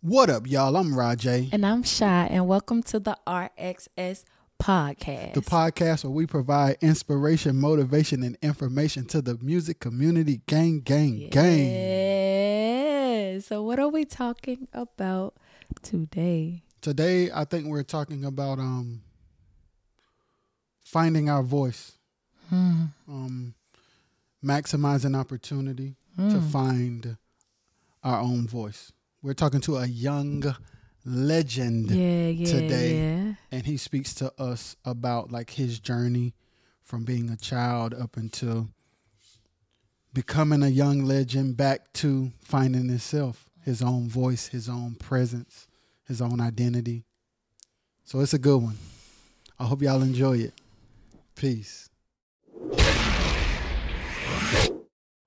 What up, y'all? I'm Rajay. And I'm Shy, and welcome to the RXS podcast. The podcast where we provide inspiration, motivation, and information to the music community. Gang, gang, gang. Yes. So, what are we talking about today? Today, I think we're talking about um finding our voice, um, maximizing opportunity to find our own voice. We're talking to a young legend. Yeah, yeah, Today. yeah. and he speaks to us about like his journey from being a child up until becoming a young legend back to finding himself his own voice his own presence his own identity so it's a good one i hope y'all enjoy it peace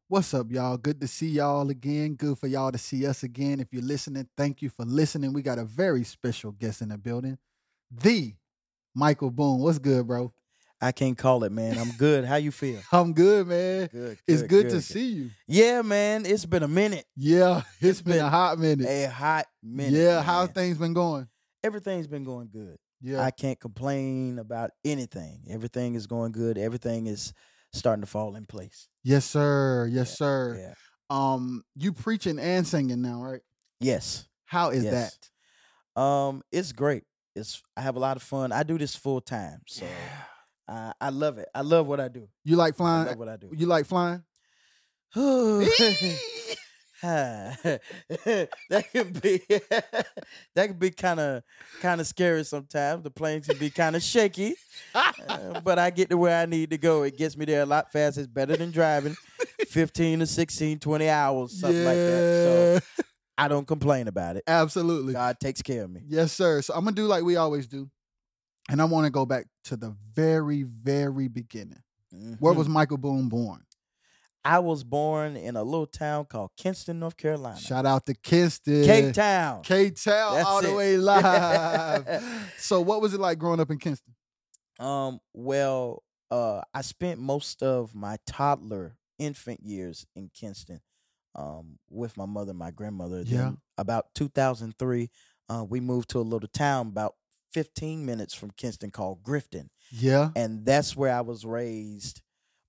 What's up, y'all? Good to see y'all again. Good for y'all to see us again. If you're listening, thank you for listening. We got a very special guest in the building the Michael Boone. What's good, bro? I can't call it, man. I'm good. How you feel? I'm good, man. Good. it's good, to see you. Yeah, man. It's been a minute. Yeah, it's been, a been hot minute. A hot minute. yeah, man. how's things been going? Everything's been going good. Yeah, I can't complain about anything. Everything is going good. Everything is starting to fall in place. yes, sir. Yes, Yeah, sir. Yeah. Um, you preaching and singing now, right? Yes. How is Yes. Um, it's great. It's I have a lot of fun. I do this full time. that? So I, I love it. I love what I do. You like I flying? love what I do. You like flying? Ah, that can be that can be kind of kind of scary sometimes. The plane can be kind of shaky, uh, but I get to where I need to go. It gets me there a lot faster. It's better than driving 15 to 16, 20 hours, something like that. So Yeah, I don't complain about it. absolutely. God takes care of me. Yes, sir. So I'm gonna do like we always do, and I want to go back to the very, very beginning. Where Mhm. was Michael Boone born? I was born in a little town called Kinston, North Carolina. Shout out to Kinston. Cape Town. K Town That's all the it. way live. so what was it like growing up in Kinston? Um, well, uh, I spent most of my toddler infant years in Kinston, um, with my mother and my grandmother. Yeah. Then about 2003, uh, we moved to a little town about 15 minutes from Kinston called Grifton, Yeah. and that's where I was raised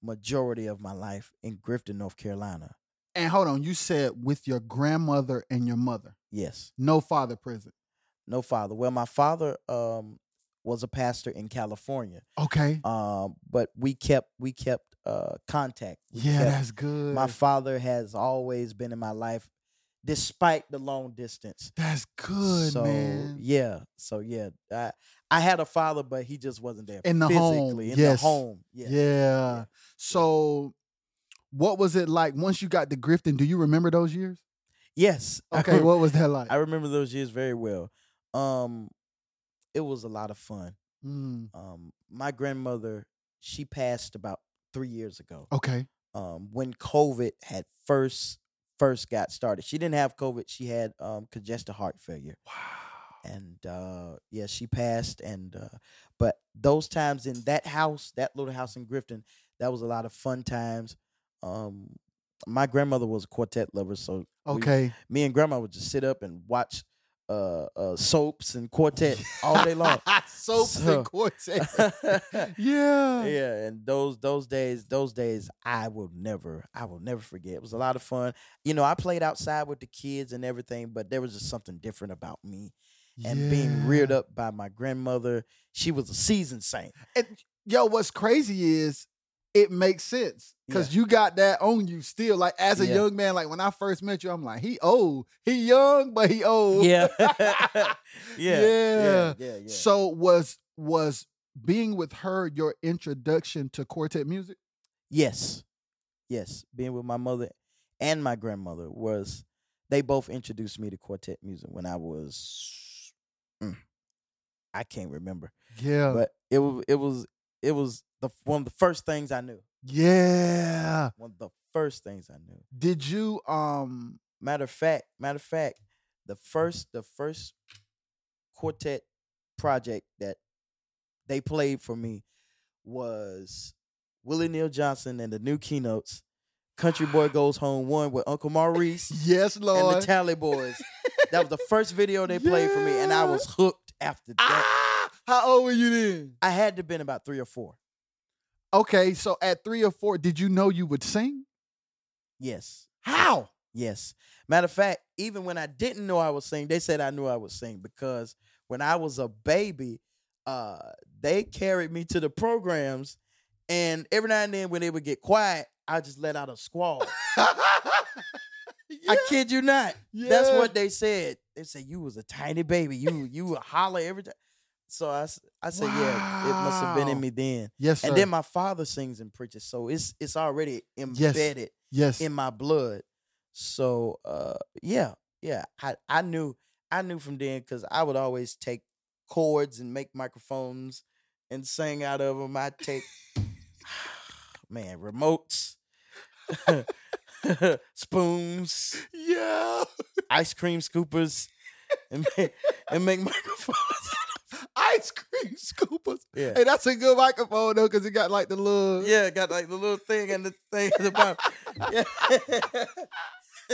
majority of my life in Grifton, North Carolina. And hold on, you said with your grandmother and your mother. Yes, No father present. no father. Well, my father um was a pastor in California, Okay. um, but we kept we kept uh contact. We yeah, kept- that's good. my father has always been in my life despite the long distance that's good, so man. yeah so yeah I, I had a father but he just wasn't there In the home, physically in yes. the home Yeah. yeah. So what was it like once you got to Grifton? Do you remember those years? yes Okay, what was that like? i remember those years very well um it was a lot of fun Mm, um my grandmother she passed about three years ago okay. um, when COVID had first first got started. She didn't have COVID. She had um, congestive heart failure. Wow. And uh, yeah, she passed. And uh, but those times in that house, that little house in Grifton, that was a lot of fun times. Um, my grandmother was a quartet lover, so we- Okay. me and grandma would just sit up and watch uh, uh, soaps and quartet all day long. Soaps So- and quartet. yeah. yeah and those those days those days i will never i will never forget it was a lot of fun you know i played outside with the kids and everything but there was just something different about me and being reared Yeah. up by my grandmother she was a seasoned saint yo, what's crazy is it makes sense because you got that on you still. Like as a Yeah. young man, like when I first met you, I'm like, he old, he young, but he old. Yeah. yeah. yeah Yeah. yeah yeah, yeah. So was was being with her your introduction to quartet music? yes yes being with my mother and my grandmother was they both introduced me to quartet music when i was mm, i can't remember Yeah. but it was it was it was the f- one of the first things I knew. yeah. One of the first things I knew. Did you um Matter of fact, matter of fact, the first the first quartet project that they played for me was Willie Neal Johnson and the New Keynotes. Country Boy Goes Home One with Uncle Maurice Yes, and the Lord. Tally Boys. That was the first video they played for me, and I was hooked after that. Ah, how old were you then? I had to have been about three or four. Okay, so at three or four, did you know you would sing? Yes, How? yes. Matter of fact, even when I didn't know I was singing, they said I knew I was singing because when I was a baby, uh, they carried me to the programs, and every now and then when they would get quiet, I just let out a squall. I kid you not. That's what they said. They said you was a tiny baby. You you would holler every time. So I, s- I said, yeah, it must have been in Wow. me then. Yes, sir. And then my father sings and preaches, so it's it's already embedded yes. in my blood. So uh, yeah, yeah, I I knew I knew from then because I would always take chords and make microphones and sing out of them. I take man remotes, spoons yeah. ice cream scoopers and make, and make microphones. Ice cream scoopers. Yeah. Hey, that's a good microphone though, because it got like the little. Yeah, got like the little thing and the thing at the bottom. Yeah.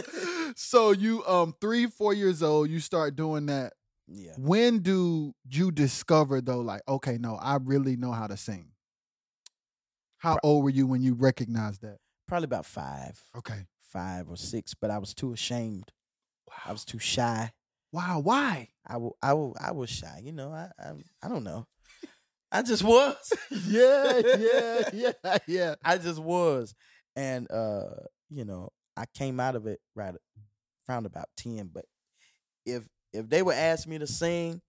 So you um three four years old, you start doing that. yeah. When do you discover though? Like, okay, no, I really know how to sing. How old were you when you recognized that? Probably about five, Okay. five or six, but I was too ashamed. I was too shy. Wow. Why? I wa- I wa- I was shy, you know. I, I I don't know. I just was. yeah. Yeah. Yeah. Yeah. I just was. And uh, you know, I came out of it right around about ten. But if if they would ask me to sing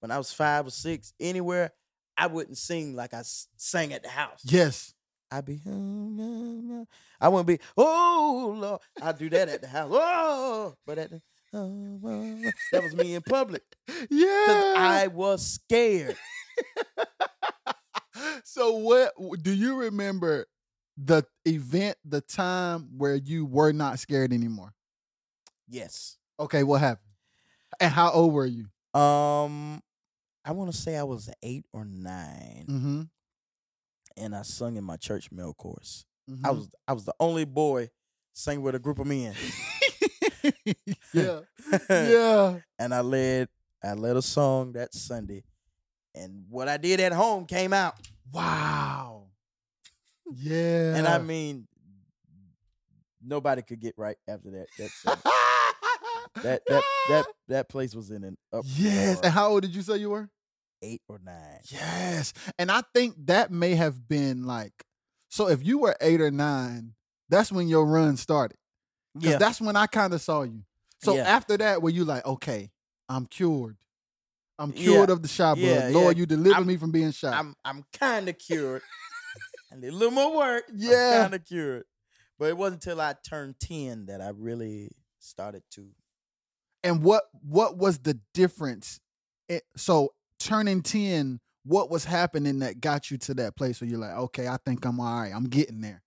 when I was five or six anywhere, I wouldn't sing like I s- sang at the house. Yes. I'd be "Oh, no, no." I wouldn't be, oh Lord. I do that at the house. Oh but at the oh, oh, oh." that was me in public. Because Yeah. I was scared. so what do you remember the event, the time where you were not scared anymore? Yes. Okay, what happened? And how old were you? Um I wanna say I was eight or 9 Mm-hmm. and I sung in my church male chorus. I mm-hmm. was I was the only boy singing with a group of men. yeah, yeah. and I led I led a song that Sunday. And what I did at home came out. Wow. Yeah. And I mean nobody could get right after that. That Sunday. that, that that that place was in an uproar. Yes. And how old did you say you were? eight or nine. Yes. And I think that may have been like, so if you were eight or nine, that's when your run started. Because Yeah. that's when I kind of saw you. So Yeah. after that, were you like, okay, I'm cured. I'm Yeah. cured of the shy blood. Yeah, Lord, yeah. you deliver I'm- me from being shy. I'm I'm kinda cured. I need a little more work. Yeah. Kinda cured. But it wasn't until I turned ten that I really started to and what what was the difference it, so turning 10 what was happening that got you to that place where you're like okay i think i'm all right i'm getting there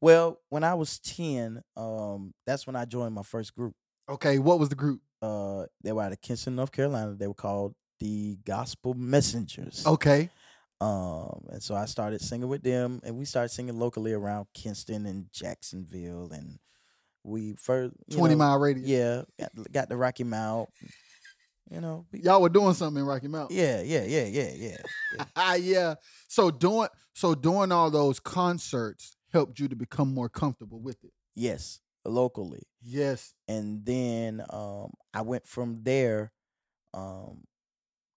Well, when I was ten, um, that's when I joined my first group. okay what was the group Uh, they were out of Kinston, North Carolina. They were called the Gospel Messengers. okay Um, and so I started singing with them, and we started singing locally around Kinston and Jacksonville, and we first 20 mile radius Yeah, got, got the Rocky Mount. You know, we, y'all were doing something in rocky mountain yeah, yeah, yeah, yeah, yeah. yeah. Ah, yeah so doing so doing all those concerts helped you to become more comfortable with it Yes, locally. yes and then um, I went from there um,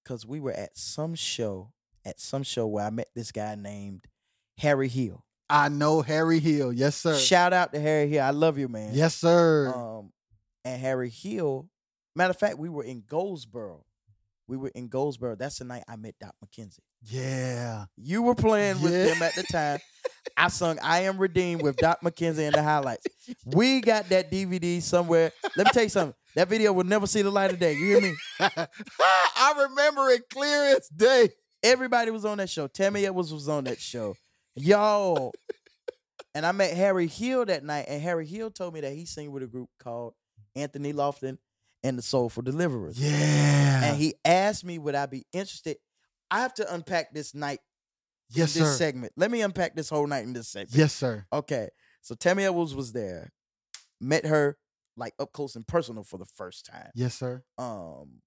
because we were at some show at some show where I met this guy named Harry Hill. i know harry hill yes sir Shout out to Harry Hill, I love you, man. yes sir Um, and Harry Hill. Matter of fact, we were in Goldsboro. We were in Goldsboro. That's the night I met Doc McKenzie. yeah You were playing with Yeah. them at the time. I sung I Am Redeemed with Doc McKenzie in the highlights. We got that DVD somewhere. Let me tell you something. That video will never see the light of day. You hear me? i remember it clear as day Everybody was on that show. Tammy Edwards was on that show. Y'all. And I met Harry Hill that night, and Harry Hill told me that he sang with a group called Anthony Lofton and the Soulful Deliverers. yeah And he asked me, would I be interested? I have to unpack this night, yes this sir segment. Let me unpack this whole night in this segment. Yes, sir. Okay. So Tammy Edwards was there. Met her, like up close and personal for the first time. Yes, sir. Um,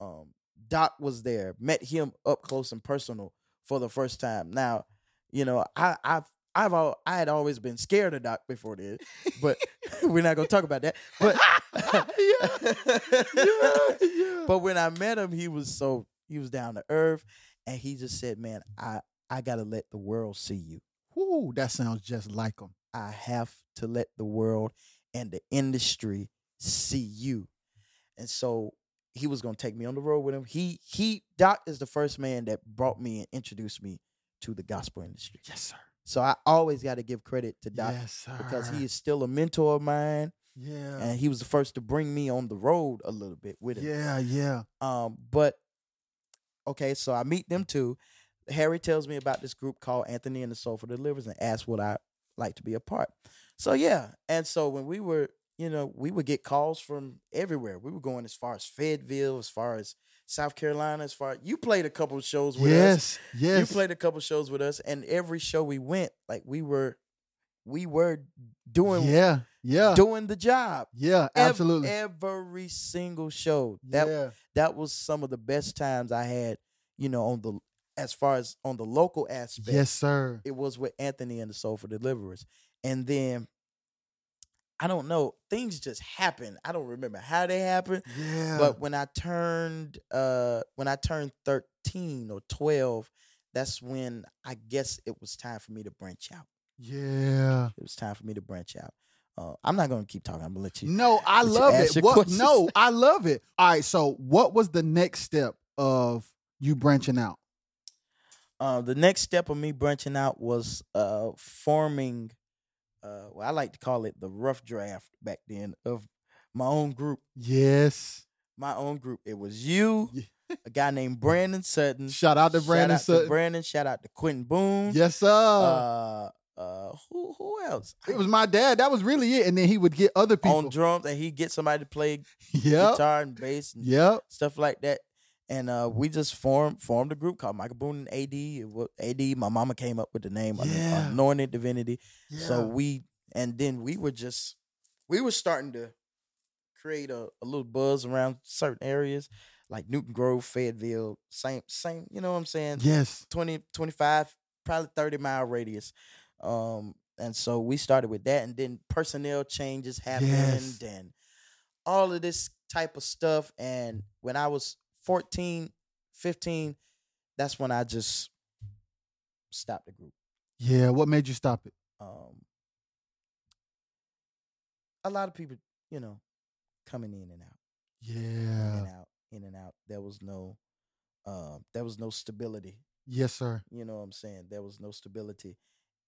um, Doc was there, met him up close and personal for the first time. Now, you know, I, I've I've al- I had always been scared of Doc before this, but we're not gonna talk about that. But yeah, yeah. but when I met him, he was so he was down to earth, and he just said, "Man, I I gotta let the world see you. Woo, that sounds just like him. I have to let the world and the industry see you." And so he was gonna take me on the road with him. He he Doc is the first man that brought me and introduced me to the gospel industry. Yes, sir. So I always got to give credit to Doc yes, sir. because he is still a mentor of mine, Yeah. and he was the first to bring me on the road a little bit with him. Yeah, yeah. Um, but okay, so I meet them too. Harry tells me about this group called Anthony and the Soulful Delivers and asks would I like to be a part. So yeah, and so when we were, you know, we would get calls from everywhere. We were going as far as Fayetteville, as far as South Carolina, as far you played a couple of shows with us. Yes, yes. You played a couple shows with us, and every show we went, like we were, we were doing Yeah, yeah. doing the job. yeah, Ev- absolutely. every single show. That yeah. that was some of the best times I had. You know, on the as far as on the local aspect, Yes, sir. it was with Anthony and the Soul for Deliverers, and then. I don't know. Things just happened. I don't remember how they happened, Yeah. but when I turned uh when I turned 13 or 12, that's when I guess it was time for me to branch out. yeah. It was time for me to branch out. Uh, I'm not going to keep talking. I'm going to let you. No, I Did you love ask it. your What questions? no, I love it. All right, so what was the next step of you branching out? Uh, the next step of me branching out was uh forming uh well, I like to call it the rough draft back then of my own group. Yes. My own group. It was you, Yeah. a guy named Brandon Sutton. Shout out to Brandon Mm-hmm. shout out Sutton. To Brandon. Shout out to Quentin Boone. Yes, sir. Uh, uh, who who else? it was my dad. That was really it. And then he would get other on people. drums and he get somebody to play Yep. guitar and bass and Yep. stuff like that. And uh, we just formed formed a group called Michael Boone and AD. It wa- AD, my mama came up with the name An- Yeah. Anointed Divinity. So So we and then we were just we were starting to create a, a little buzz around certain areas like Newton Grove, Fayetteville, same same. You know what I'm saying? yes. 20, 25, probably 30 mile radius. Um, and so we started with that, and then personnel changes happened Yes. and all of this type of stuff. And when I was 14, 15, that's when I just stopped the group. Yeah. What made you stop it? Um, a lot of people, you know, coming in and out in Yeah. and out, in and out. There was no, um, there was no stability Yes, sir. you know what i'm saying there was no stability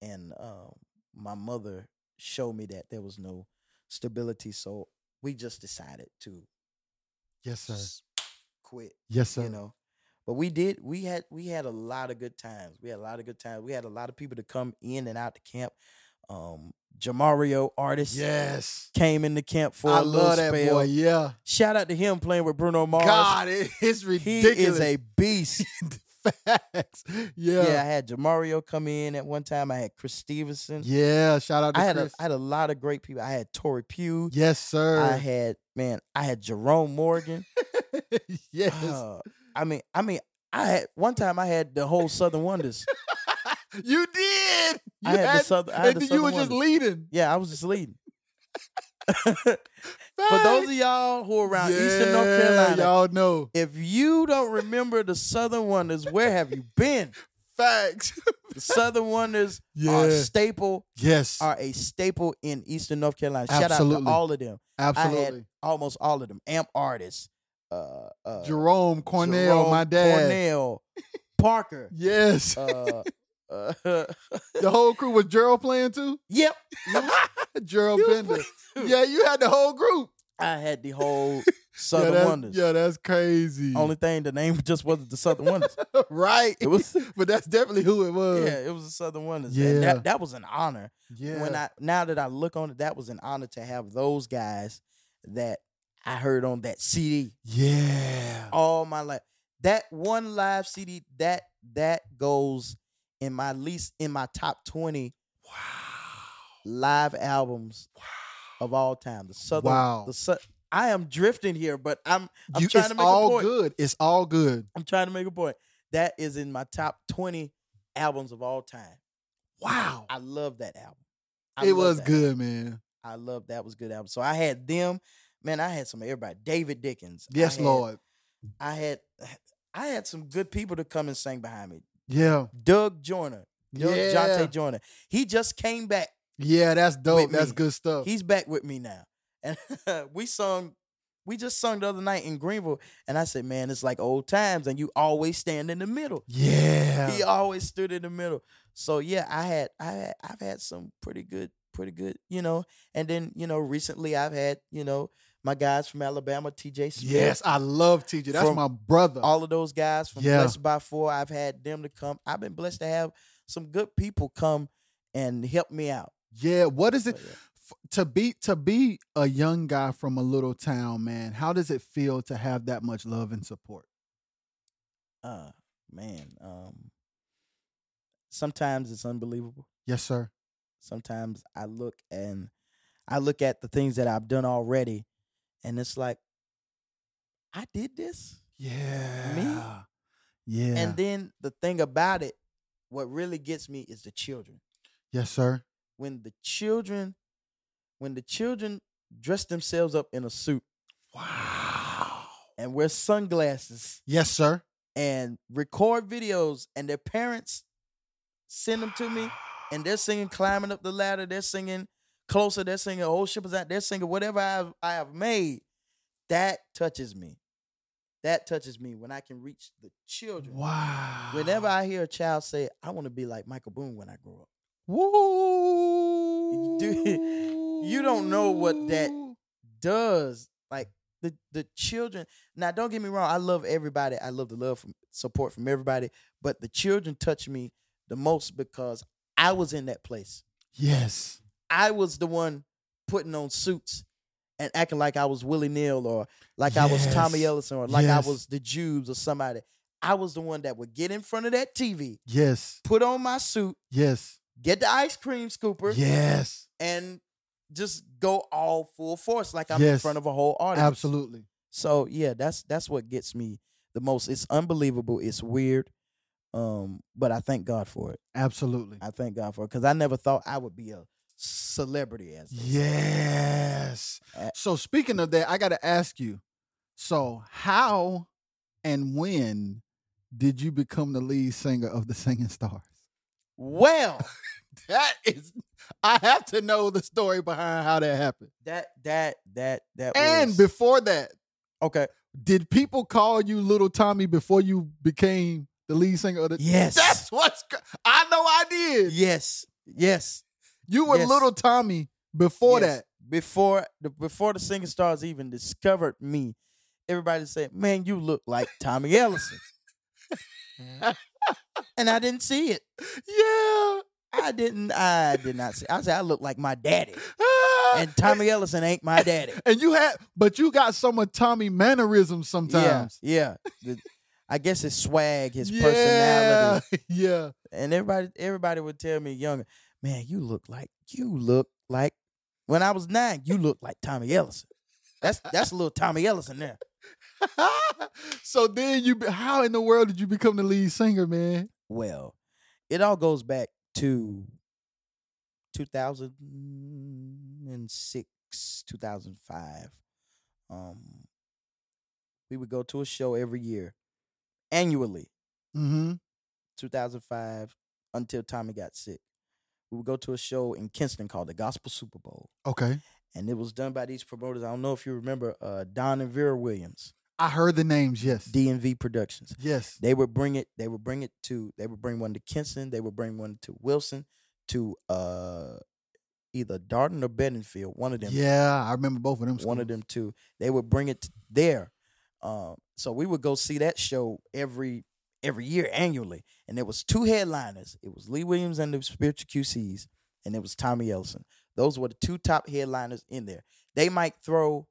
and um, my mother showed me that there was no stability so we just decided to Yes, sir. s- quit Yes, sir. you know but we did we had we had a lot of good times we had a lot of good times we had a lot of people to come in and out the camp um jamario artist yes. came into camp for I a little love that spell boy. Yeah. shout out to him playing with bruno mars God, it- it's he ridiculous. is a beast facts. yeah. Yeah. i had jamario come in at one time i had chris stevenson Yeah. Shout out to I had Chris. a I had a lot of great people. I had Tory Pugh. yes, sir. I had man. I had Jerome Morgan. yes. Uh, I mean, I mean, I had one time I had the whole Southern Wonders. you did. You I had the Southern- I had and the you were Southern just leading. Yeah, I was just leading. For those of y'all who are around Eastern North Yeah, Carolina, y'all know if you don't remember the Southern Wonders, where have you been? facts. The Southern Wonders are yeah. a staple yes. are a staple in Eastern North Carolina. Shout out Absolutely. to all of them. absolutely. Almost all of them. Amp artists. Uh, uh, Jerome Cornell, Jerome my dad. Cornell, Parker. Yes. uh, uh, the whole crew was Gerald playing too. yep. you was- Gerald you was Bender. playing too. Yeah, you had the whole group. I had the whole yeah, Southern that's, Wonders. yeah, that's crazy. Only thing, the name just wasn't the Southern Wonders. right. It was, but that's definitely who it was. yeah, it was the Southern Wonders. Yeah. And that, that was an honor. Yeah. When I now that I look on it, that was an honor to have those guys that I heard on that CD yeah. all my life. That one live CD that that goes in my least in my top twenty Wow. live albums of all time. The southern. Wow. The su- I am drifting here, but I'm I'm You, trying it's to make a all point. good. It's all good. I'm trying to make a point. That is in my top 20 albums of all time. Wow. I love that album. I it love was that good, man. I love that was good album. So I had them. Man, I had some everybody. David Dickens. I Yes, had- Lord. I had I had some good people to come and sing behind me. Yeah. Doug Joyner. Doug Yeah. Jonte Joyner. He just came back. Yeah, that's dope. With That's me. good stuff. He's back with me now. And we sung, we just sung the other night in Greenville. And I said, man, it's like old times. And you always stand in the middle. yeah. He always stood in the middle. So yeah, I had I had, I've had some pretty good pretty good, you know. And then, you know, recently I've had, you know, my guys from Alabama, TJ Smith. Yes, I love TJ. That's From my brother. All of those guys from Yeah. Blessed by Four, I've had them to come. I've been blessed to have some good people come and help me out. yeah. What is it So, yeah. f- to be to be a young guy from a little town, man? How does it feel to have that much love and support? Uh man, um sometimes it's unbelievable. Yes, sir. sometimes I look and I look at the things that I've done already, and it's like, I did this. Yeah. Yeah. And then the thing about it, what really gets me is the children. yes, sir. When the children, when the children dress themselves up in a suit Wow. and wear sunglasses Yes, sir. and record videos, and their parents send them to me, and they're singing climbing up the ladder, they're singing closer, they're singing old ship is out, they're singing whatever I've I have made. That touches me. That touches me when I can reach the children. Wow. Whenever I hear a child say, "I want to be like Michael Boone when I grow up," Woo. do- you don't know what that- does like the the children. Now, don't get me wrong. I love everybody. I love the love from support from everybody, but the children touch me the most because I was in that place. Yes. I was the one putting on suits and acting like I was Willie Neal or like I was Tommy Yes. Ellison or like Yes. I was the Jews or somebody. I was the one that would get in front of that TV, Yes. put on my suit, Yes. get the ice cream scooper, Yes. and just go all full force like I'm in Yes. front of a whole audience. Absolutely. So yeah, that's that's what gets me the most. It's unbelievable. It's weird. Um, but I thank God for it. Absolutely. I thank God for it because I never thought I would be a celebrity as they say. Yes. Uh, So speaking of that, I got to ask you. So how and when did you become the lead singer of the Singing Stars? Well, That is, I have to know the story behind how that happened. that that that that And was, before that, okay, did people call you Little Tommy before you became the lead singer of the? yes, That's what's. cr- I know I did. yes, yes. You were Yes. Little Tommy before yes. that. before the before the singing stars even discovered me, everybody said, "Man, you look like Tommy Ellison," and I didn't see it. Yeah. I didn't. I did not see. I said I look like my daddy, Ah. and Tommy Ellison ain't my daddy. And you had, but you got some of Tommy mannerisms sometimes. Yeah, yeah. The- I guess his swag, his personality, Yeah. yeah. and everybody everybody would tell me younger, man, you look like you look like when I was nine, you look like Tommy Ellison. That's that's a little Tommy Ellison there. so then you, be- how in the world did you become the lead singer, man? Well, it all goes back to 2006, 2005. Um, we would go to a show every year, annually, Mm-hmm. 2005 until Tommy got sick. We would go to a show in Kinston called the Gospel Super Bowl, Okay. and it was done by these promoters. I don't know if you remember uh, Don and Vera Williams, I heard the names. Yes. DNV Productions. yes. They would bring it. They would bring it to. They would bring one to Kinston. They would bring one to Wilson, to uh, either Darton or Bedingfield. One of them. Yeah, I remember both of them. One of schools. them two. They would bring it to there. Uh, so we would go see that show every every year annually, and there was two headliners. It was Lee Williams and the Spiritual QCs, and it was Tommy Ellison. Those were the two top headliners in there. They might throw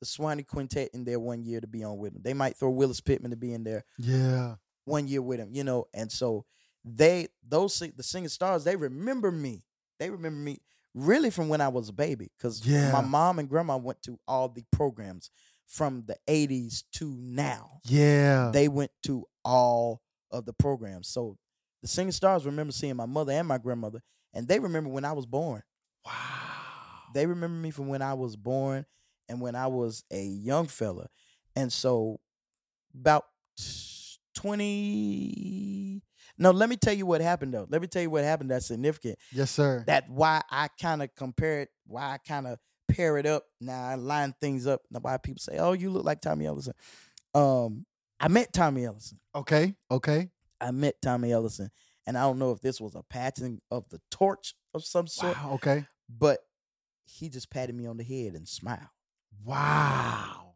the Swanee Quintet in there one year to be on with them. They might throw Willis Pittman to be in there Yeah. one year with him, you know. And so they those sing- the singing stars they remember me. They remember me really from when I was a baby because Yeah. my mom and grandma went to all the programs from the 80s to now. Yeah. They went to all of the programs. So the singing stars remember seeing my mother and my grandmother, and they remember when I was born. wow. They remember me from when I was born and when I was a young fella. And so about 20 No, let me tell you what happened though. Let me tell you what happened that's significant Yes, sir. that why I kind of compare it, why I kind of pair it up. Now I line things up. Now why people say, "Oh, you look like Tommy Ellison." Um, I met Tommy Ellison. okay. Okay. I met Tommy Ellison, and I don't know if this was a patting of the torch of some sort, Wow. Okay. but he just patted me on the head and smiled. Wow.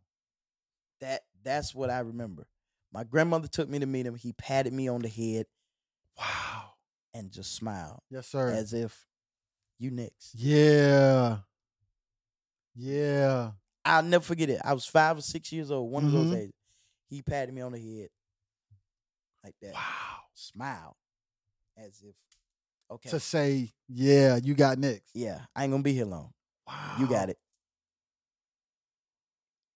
That that's what I remember. My grandmother took me to meet him. He patted me on the head Wow. and just smiled Yes, sir. as if you next. yeah. Yeah. I'll never forget it. I was five or six years old, one of those Mhm. ages. He patted me on the head like that, Wow. smile, as if, okay, To say, yeah, you got next. yeah, I ain't gonna be here long. Wow. You got it.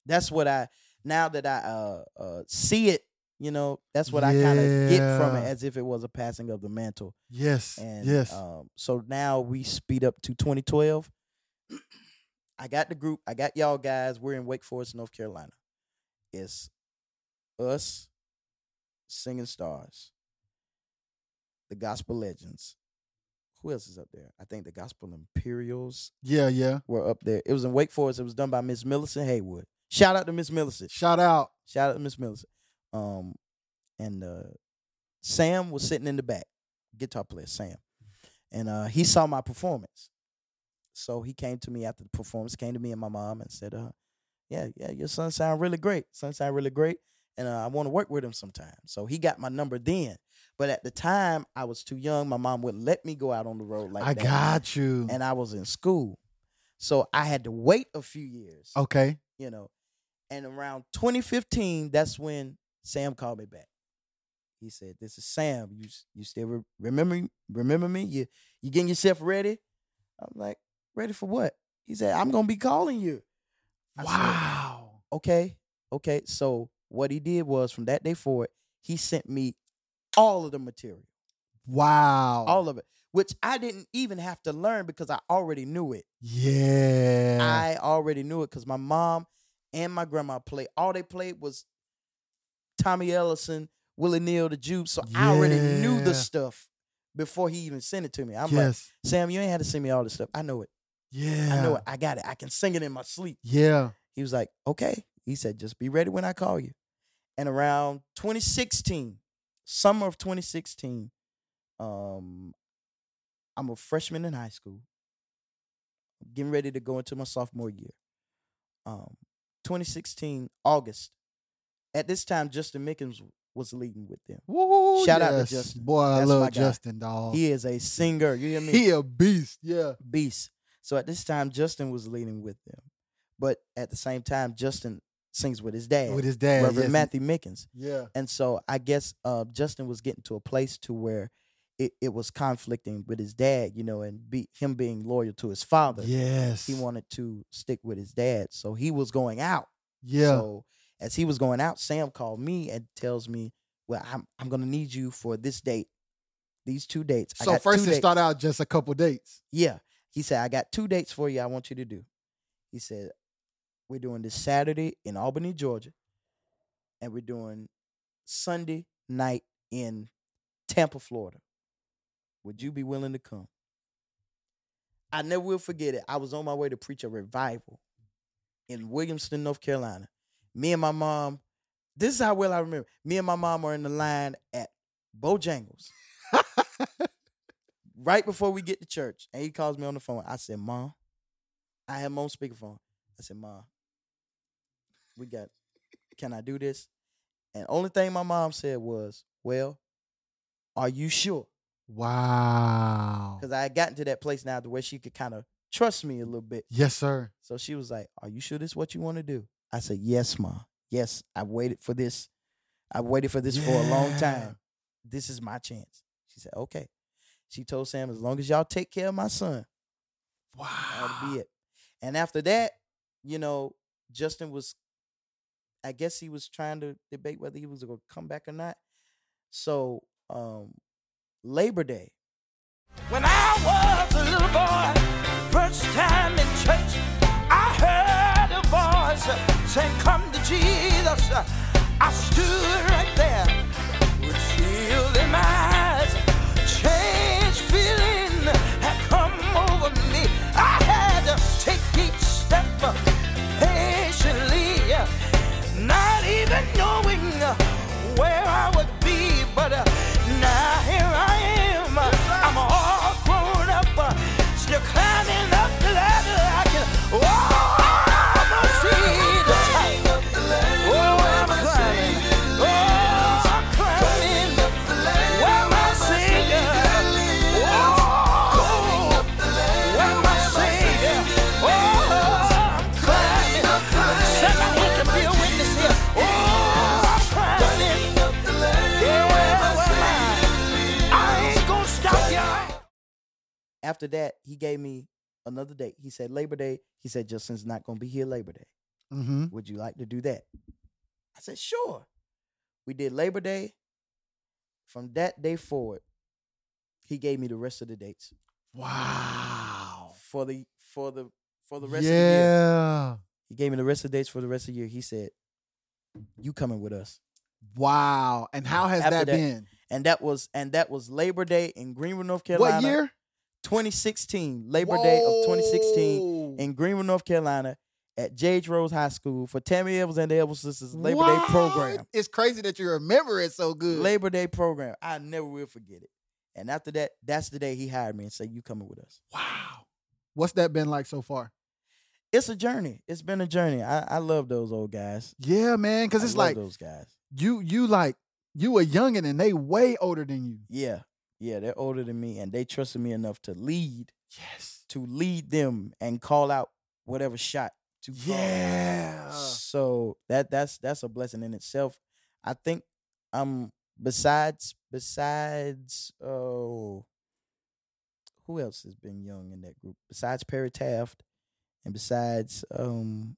That's what I now that I uh, uh see it, you know, that's what I kind of get from it, Yeah. as if it was a passing of the mantle. Yes. And yes. um, so now we speed up to 2012. I got the group. I got y'all guys. We're in Wake Forest, North Carolina. It's us, singing stars, the gospel legends. Who else is up there? I think the gospel imperials yeah. Yeah. were up there. It was in Wake Forest. It was done by Miss Millicent Haywood. Shout out to Miss Millicent. Shout out. Shout out to Miss Millicent. Um, and uh, Sam was sitting in the back, guitar player Sam, and uh, he saw my performance. So he came to me after the performance, came to me and my mom and said, uh, "Yeah, yeah, your son sound really great. Son sound really great, and uh, I want to work with him sometime." So he got my number then, but at the time I was too young. My mom wouldn't let me go out on the road like I that, got you. and I was in school, so I had to wait a few years okay. you know. And around 2015, that's when Sam called me back. He said, "This is Sam. You you still re- remember remember me? You you getting yourself ready?" I'm like, "Ready for what?" He said, "I'm gonna be calling you." I said, Wow. okay, okay. So what he did was from that day forward, he sent me all of the material, Wow. all of it, which I didn't even have to learn because I already knew it. yeah. I already knew it because my mom and my grandma played. All they played was Tommy Ellison, Willie Neal, the Jupe. So I already knew Yeah. the stuff before he even sent it to me. I'm like, yes. Sam, you ain't had to send me all this stuff. I know it. yeah. I know it. I got it. I can sing it in my sleep. Yeah. He was like, okay. He said, just be ready when I call you. And around 2016, summer of 2016, um, I'm a freshman in high school, getting ready to go into my sophomore year. Um, 2016, August. At this time, Justin Mickens was leading with them. Woo, Shout out to yes. Justin. Boy, I That's my love guy. Justin, dog. He is a singer. You hear me? He a beast. Yeah. beast. So at this time, Justin was leading with them. But at the same time, Justin sings with his dad, With his dad. yes. Reverend Matthew Mickens. Yeah. And so I guess uh, Justin was getting to a place to where it, it was conflicting with his dad, you know, and be, him being loyal to his father. Yes. He wanted to stick with his dad. So he was going out. Yeah. So as he was going out, Sam called me and tells me, well, I'm, I'm going to need you for this date, these two dates. I So got first two it dates." started out just a couple dates. Yeah. He said, I got two dates for you I want you to do. He said, We're doing this Saturday in Albany, Georgia, and we're doing Sunday night in Tampa, Florida. Would you be willing to come? I never will forget it. I was on my way to preach a revival in Williamston, North Carolina. Me and my mom, this is how well I remember. Me and my mom are in the line at Bojangles right before we get to church, and he calls me on the phone. I said, "Mom," I had him on speakerphone. I said, "Mom, we got. Can I do this?" And only thing my mom said was, "Well, are you sure?" Wow. Because I had gotten to that place now to where she could kind of trust me a little bit. Yes, sir. So she was like, "Are you sure this is what you want to do?" I said, "Yes, mom. Yes, I waited for this. I waited for this for a long Yeah. time. This is my chance." She said, "Okay." She told Sam, "As long as y'all take care of my son, That'll be it. And after that, you know, Justin was, I guess he was trying to debate whether he was going to come back or not. So, um, Labor Day, When I was a little boy, first time in church, I heard a voice saying, Come to Jesus. I stood right there with tears in my eyes. Change feeling had come over me. I had to take each step patiently, not even knowing where I would be, but uh, now here I am. I'm all grown up, uh, still climbing up the ladder. I can almost see the top. Oh, I'm climbing. Oh, I'm climbing. Where my Savior? Oh, where my Savior? Oh, I'm climbing. Somebody can be a witness here. Oh, I'm climbing. Yeah, well, I ain't gonna stop y'all. after that, he gave me another date. He said, Labor Day. He said, Justin's not going to be here Labor Day. Mm-hmm. Would you like to do that? I said, sure. We did Labor Day. From that day forward, he gave me the rest of the dates Wow. for the for the for the rest of the Oh. year. yeah. He gave me the rest of the dates for the rest of the year. He said, "You coming with us?" Wow. And how has After that, that, been? And that was and that was Labor Day in Greenville, North Carolina. what year? 2016, Labor Day of 2016 Whoa. in Greenville, North Carolina, at J.H. Rose High School for Tammy Evans and the Evans Sisters Labor Day What? program. It's crazy that you remember it so good. Labor Day program. I never will forget it. And after that, that's the day he hired me and said, "You coming with us?" wow. What's that been like so far? It's a journey. It's been a journey. I, I love those old guys. Yeah, man. Because I it's love like those guys. you, you like you a youngin and they way older than you. Yeah, yeah. They're older than me, and they trusted me enough to lead, Yes. to lead them, and call out whatever shot to call. Yeah. So that that's that's a blessing in itself. I think um besides besides oh who else has been young in that group? Besides Perry Taft and besides um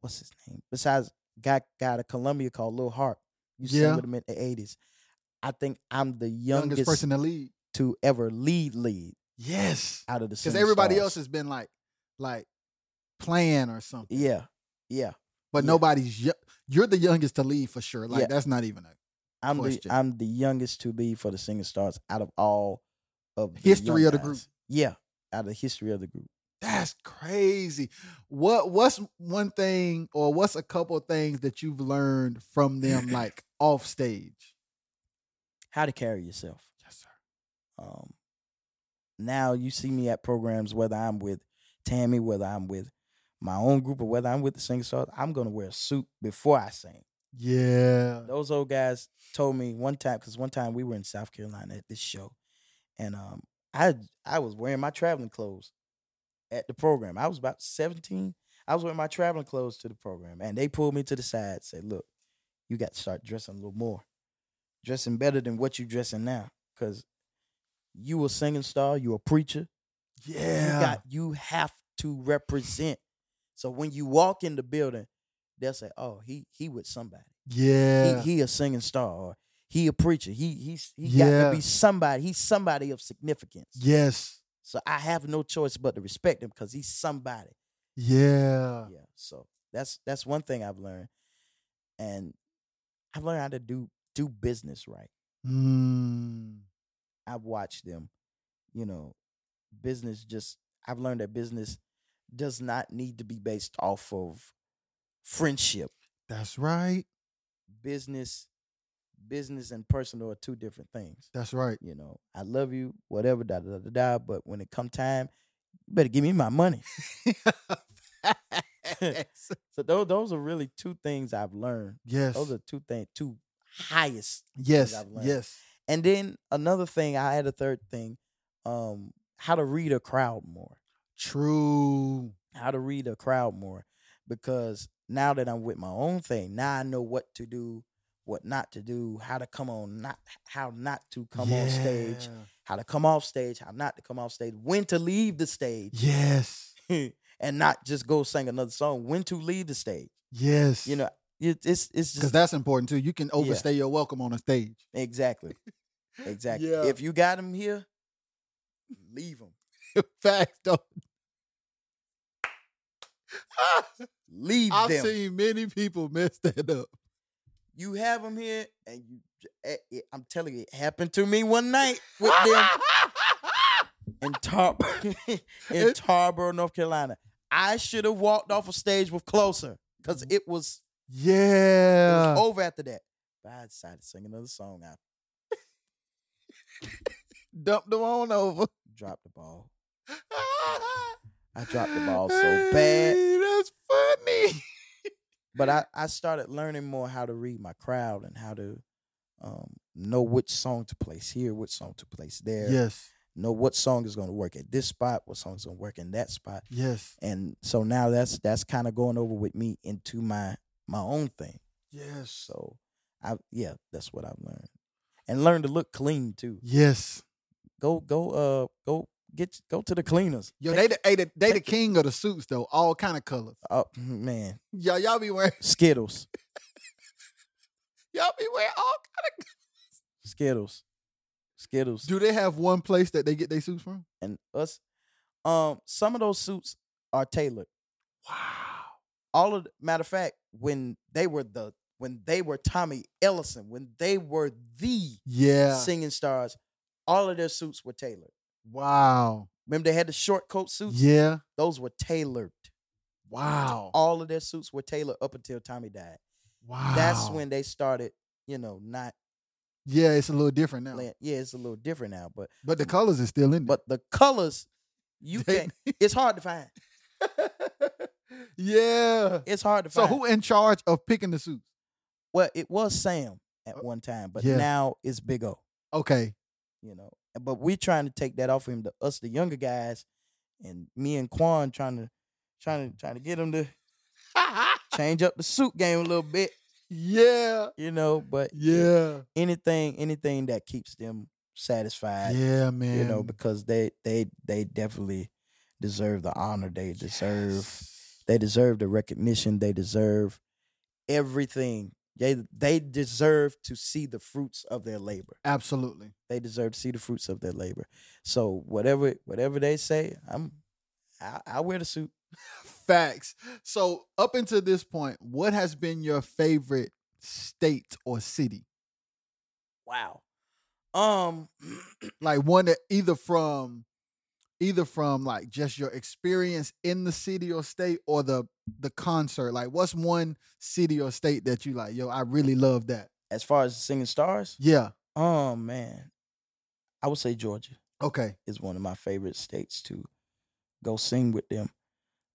what's his name? Besides guy guy out of Columbia called Lil Harp. You Yeah. sang with him in the eighties. I think I'm the Youngest, youngest, person to lead. to ever lead lead Yes. out of the Because everybody else else is. has been like, like playing or something. Yeah. Yeah. But yeah. nobody's. yo- You're the youngest to lead for sure. Like Yeah. that's not even a I'm question. the I'm the youngest to lead for the singing stars out of all of the History young of the guys. group. Yeah, out of the history of the group. That's crazy. What what's one thing or what's a couple things that you've learned from them like off stage? How to carry yourself. Yes, sir. Um, now you see me at programs whether I'm with Tammy, whether I'm with my own group, or whether I'm with the singing stars. I'm gonna wear a suit before I sing. Yeah. Those old guys told me one time because one time we were in South Carolina at this show, and um, I I was wearing my traveling clothes at the program. I was about seventeen. I was wearing my traveling clothes to the program, and they pulled me to the side, said, "Look, you got to start dressing a little more, dressing better than what you dressing now, because you a singing star, you a preacher, Yeah. you got you have to represent. So when you walk in the building, they'll say, "Oh, he he with somebody." yeah. he, he a singing star or he a preacher. He he's he got Yeah. to be somebody. He's somebody of significance. yes. So I have no choice but to respect him because he's somebody. Yeah. Yeah. So that's that's one thing I've learned. And I've learned how to do do business right. Mm. I've watched them, you know, business just I've learned that business does not need to be based off of friendship. That's right. Business business and personal are two different things. That's right. you know, I love you, whatever, da da da da. da, But when it come time, you better give me my money. yes. So those those are really two things I've learned. Yes. Those are two things, two highest. Yes. I've learned. Yes. And then another thing, I had a third thing, um, how to read a crowd more. True. How to read a crowd more, because now that I'm with my own thing, now I know what to do, what not to do, how to come on, not how not to come on stage. Yeah. how to come off stage, how not to come off stage, when to leave the stage Yes. and not just go sing another song, when to leave the stage. Yes. You know, it, it's because it's just that's important too. You can overstay your welcome on a stage. exactly, exactly. Yeah. If you got them here, leave them, Facts, though. leave I've them. seen many people mess that up. You have them here, and you. j- eh, eh, I'm telling you, it happened to me one night with them in Tar in It- Tarboro, North Carolina. I should have walked off a stage with closer because it was It Mm. yeah. was over after that. But I decided to sing another song. I Dump them on over. dropped the ball. I dropped the ball so bad. Hey, That's funny. But I, I started learning more how to read my crowd and how to um, know which song to place here, which song to place there. Yes. Know what song is going to work at this spot, what song's going to work in that spot. Yes. And so now that's that's kind of going over with me into my my own thing. Yes. So I yeah, that's what I've learned. And learn to look clean too. Yes. Go go uh go get go to the cleaners. Yo, they the, they the, they the king of the suits though. All kind of colors. Oh man, Y'all y'all be wearing Skittles, y'all be wearing all kind of. Skittles, Skittles, Do they have one place that they get their suits from? and us. Um, some of those suits are tailored. Wow. All of the, matter of fact, when they were the when they were Tommy Ellison, when they were the Yeah. singing stars, all of their suits were tailored. Wow. Remember they had the short coat suits; Yeah. those were tailored. Wow. All of their suits were tailored up until Tommy died. Wow. That's when they started, you know, not Yeah, it's a little different now. laying- yeah, it's a little different now, but But the colors is still in there. but the colors you They- can not it's hard to find. yeah. It's hard to So find. who in charge of picking the suits? Well, it was Sam Uh, at one time, but yeah. now it's Big O. Okay. You know, but we're trying to take that off him to us, the younger guys, and me and Quan trying to trying to trying to get him to change up the suit game a little bit. yeah. You know, but Yeah. anything anything that keeps them satisfied. Yeah, man. You know, because they they they definitely deserve the honor they deserve. They deserve the recognition. They deserve everything. They they deserve to see the fruits of their labor. Absolutely. They deserve to see the fruits of their labor. So whatever whatever they say, I'm I, I wear the suit. Facts. So up until this point, what has been your favorite state or city? Wow. Um. Like one that either from either from like just your experience in the city or state or the the concert. Like what's one city or state that you like, yo, I really love that. As far as singing stars, Yeah. oh man, I would say Georgia Okay. is one of my favorite states to go sing with them.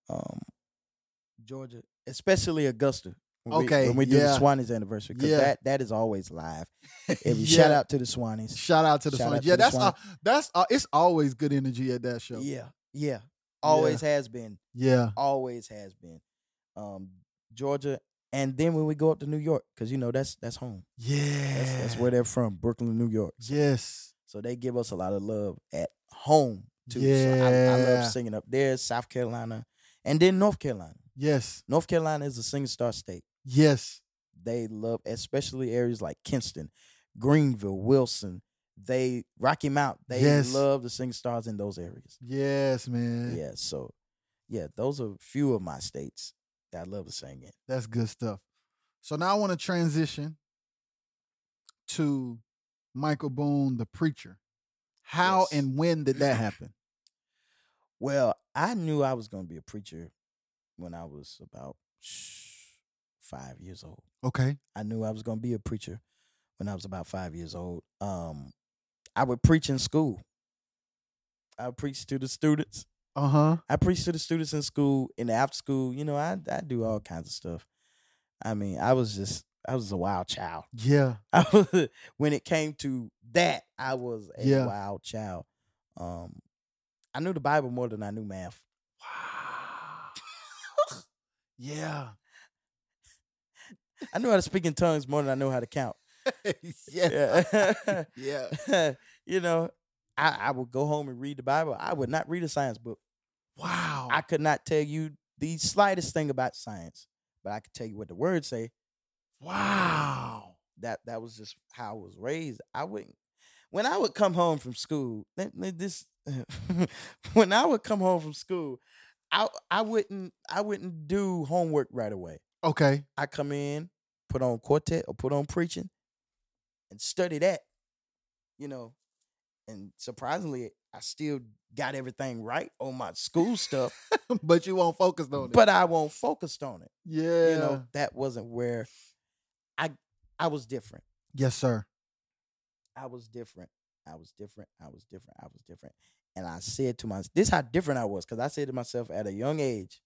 Um, Georgia, especially Augusta. When we- Okay, when we do yeah. the Swanee's anniversary, because Yeah. that that is always live. Every shout Yeah. out to the Swanees. Shout out to the Shout Swan. out to Yeah, the that's uh, Swan. that's uh, it's always good energy at that show. Yeah, yeah, always has been, Yeah. always has been. Um, Georgia, and then when we go up to New York, because you know that's that's home. Yeah. That's, that's where they're from, Brooklyn, New York. Yes. So they give us a lot of love at home too. So I, I Yeah. love singing up there, South Carolina, and then North Carolina. Yes. North Carolina is a singing star state. Yes. They love, especially areas like Kinston, Greenville, Wilson. They Rocky Mount. They Yes. love the singing stars in those areas. Yes, man. Yeah, so yeah, those are few of my states that I love to sing in. That's good stuff. So now I want to transition to Michael Boone, the preacher. How Yes. and when did that happen? Well, I knew I was going to be a preacher when I was about five years old. Okay. I knew I was going to be a preacher when I was about five years old. Um, I would preach in school. I would preach to the students. Uh huh. I preach to the students in school, in the after school. You know, I I do all kinds of stuff. I mean, I was just I was a wild child. Yeah. I was, when it came to that, I was a Yeah. wild child. Um, I knew the Bible more than I knew math. Yeah. I knew how to speak in tongues more than I knew how to count. yeah. Yeah. Yeah. you know, I, I would go home and read the Bible. I would not read a science book. Wow. I could not tell you the slightest thing about science, but I could tell you what the words say. wow. That that was just how I was raised. I wouldn't. When I would come home from school, th- th- this when I would come home from school, I I wouldn't I wouldn't do homework right away. Okay. I come in, put on quartet or put on preaching, and study that, you know. And surprisingly, I still got everything right on my school stuff, but you won't focus on it. but I won't focused on it. yeah. You know, that wasn't where I I was different. yes, sir. I was different. I was different. I was different. I was different. And I said to myself, this is how different I was, because I said to myself at a young age,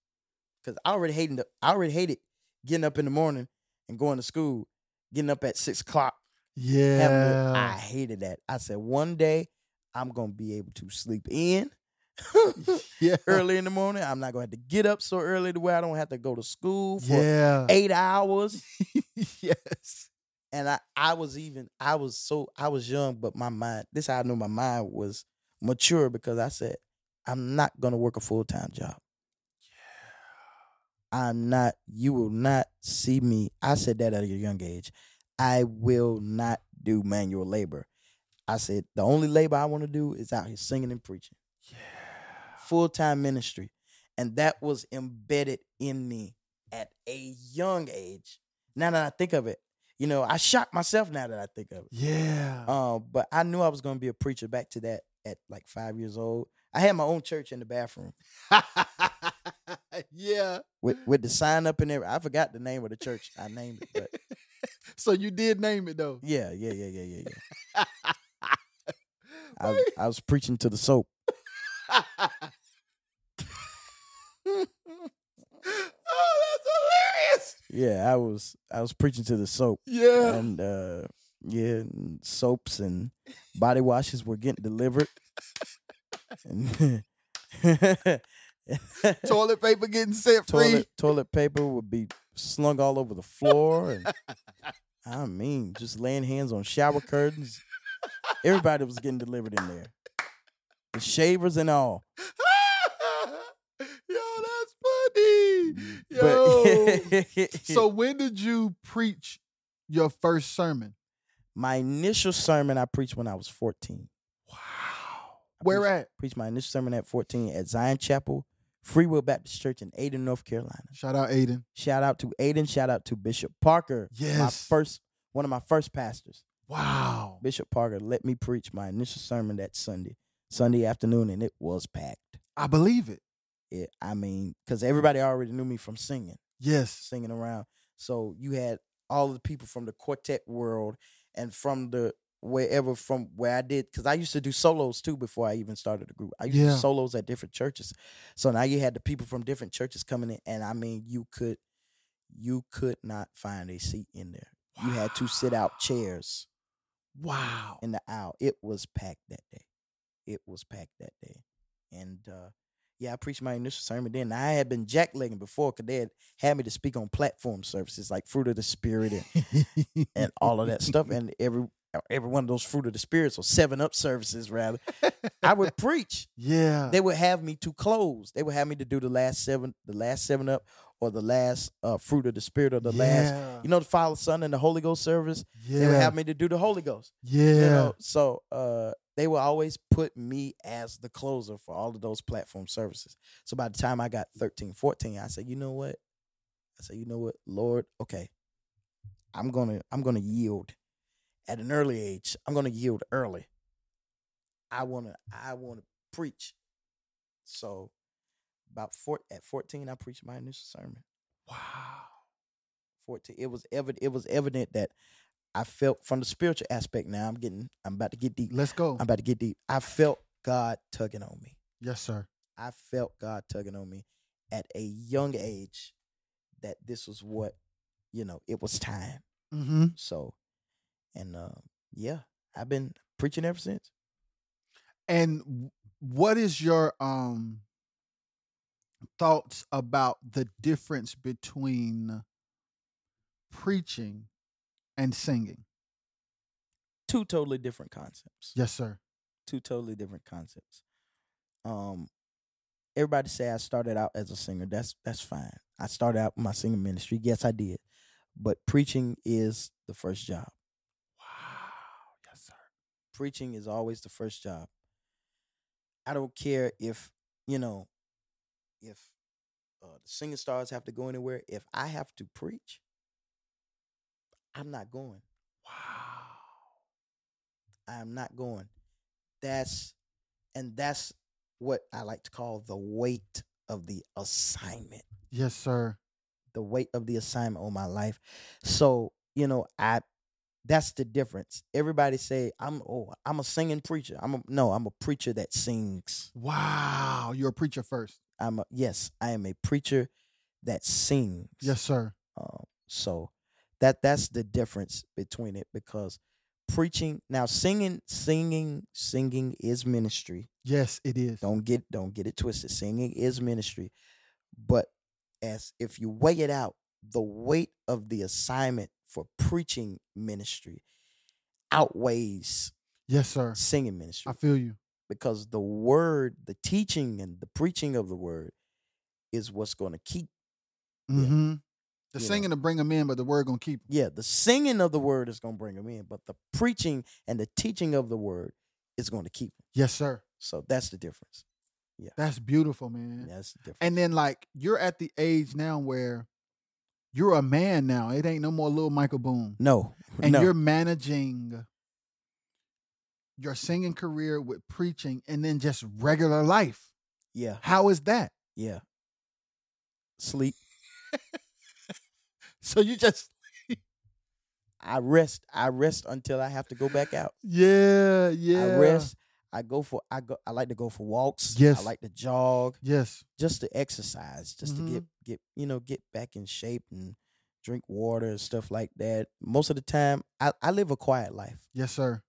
because I already hated the, I already hated getting up in the morning and going to school, getting up at six o'clock. having to- Yeah. I hated that. I said one day I'm gonna be able to sleep in yeah. early in the morning. I'm not gonna have to get up so early to where I don't have to go to school for Yeah. eight hours. Uh. yes. and I, I was even I was so I was young, but my mind this how I knew my mind was mature because I said, I'm not gonna work a full time job. I'm not you will not see me. I said that at a young age. I will not do manual labor. I said the only labor I want to do is out here singing and preaching. Full time ministry. And that was embedded in me at a young age. Now that I think of it, you know, I shock myself now that I think of it. Yeah. Um, but I knew I was going to be a preacher back to that at like five years old. I had my own church in the bathroom yeah. with, with the sign up and everything. I forgot the name of the church. I named it, but So you did name it though. yeah, yeah, yeah, yeah, yeah, yeah. I, was- I was preaching to the soap. oh, Oh, that's Yeah, I was I was preaching to the soap, hilarious. Yeah. and uh, yeah, and soaps and body washes were getting delivered. And Toilet paper getting set free. toilet toilet paper would be slung all over the floor and I mean just laying hands on shower curtains. Everybody was getting delivered in there. The shavers and all. Yo, that's funny. Yo. But so when did you preach your first sermon? my initial sermon I preached when I was 14. Wow. Where at? Preached my initial sermon at 14 at Zion Chapel, Free Will Baptist Church in Aden, North Carolina. Shout out Aiden. Shout out to Aden, shout out to Bishop Parker. My Yes. first one of my first pastors. Wow. Bishop Parker let me preach my initial sermon that Sunday, Sunday afternoon, and it was packed. I believe it. It, I mean, because everybody already knew me from singing, Yes. singing around. So you had all the people from the quartet world and from the wherever from where I did, because I used to do solos too before I even started the group. I used to Yeah. do solos at different churches. So now you had the people from different churches coming in, and I mean, you could, you could not find a seat in there. You had to sit out chairs Wow. in the aisle. It was packed that day. It was packed that day. And uh, yeah, I preached my initial sermon then. I had been jacklegging before because they had had me to speak on platform services like Fruit of the Spirit and, and all of that stuff. And every uh, every one of those Fruit of the Spirits or Seven Up services, rather, I would preach. yeah. They would have me to close. They would have me to do the last seven, the last Seven Up or the last uh, Fruit of the Spirit or the last, yeah. you know, the Father, Son, and the Holy Ghost service. yeah. They would have me to do the Holy Ghost. yeah. You know, so uh, they will always put me as the closer for all of those platform services. So by the time I got 13, 14, I said, you know what? I said, you know what, Lord, okay. I'm gonna I'm gonna yield at an early age. I'm gonna yield early. I wanna I wanna preach. So about four at 14, I preached my initial sermon. wow. 14 it was evident it was evident that i felt from the spiritual aspect now i'm getting i'm about to get deep Let's go. i'm about to get deep i felt god tugging on me yes, sir. i felt god tugging on me at a young age that this was what you know it was time Mm-hmm. so and uh, yeah i've been preaching ever since And w- what is your um thoughts about the difference between preaching and singing? two totally different concepts Yes, sir. two totally different concepts. Um, everybody say I started out as a singer. That's that's fine. I started out my singing ministry. Yes, I did, but preaching is the first job. Wow. Yes, sir. Preaching is always the first job. I don't care if you know if uh, the singing stars have to go anywhere. If I have to preach, I'm not going. Wow. I'm not going. That's and that's what I like to call the weight of the assignment. Yes, sir. The weight of the assignment on my life. So, you know, I that's the difference. Everybody say I'm oh, I'm a singing preacher. I'm a no, I'm a preacher that sings. Wow. You're a preacher first. I'm a yes, I am a preacher that sings. Yes, sir. Um, so that that's the difference between it because preaching now singing singing singing is ministry. Yes, it is. Don't get don't get it twisted. Singing is ministry, but as if you weigh it out, the weight of the assignment for preaching ministry outweighs Yes, sir. singing ministry I feel you. because the word, the teaching and the preaching of the word is what's going to keep Yeah. Mm-hmm. The You know. singing to bring them in, but the word gonna keep 'em. yeah, the singing of the word is going to bring them in, but the preaching and the teaching of the word is going to keep them. Yes, sir. So that's the difference. That's beautiful, man. That's the difference. Mm. And then like you're at the age now where you're a man now. It ain't no more little Michael Boone. no, And no. you're managing your singing career with preaching and then just regular life. yeah, How is that? yeah. Sleep. So you just I rest. I rest until I have to go back out. Yeah, yeah. I rest. I go for. I go. I like to go for walks. I Yes. like to jog, Yes. just to exercise, just Mhm. to get get you know get back in shape and drink water and stuff like that. Most of the time, I, I live a quiet life. Yes, sir.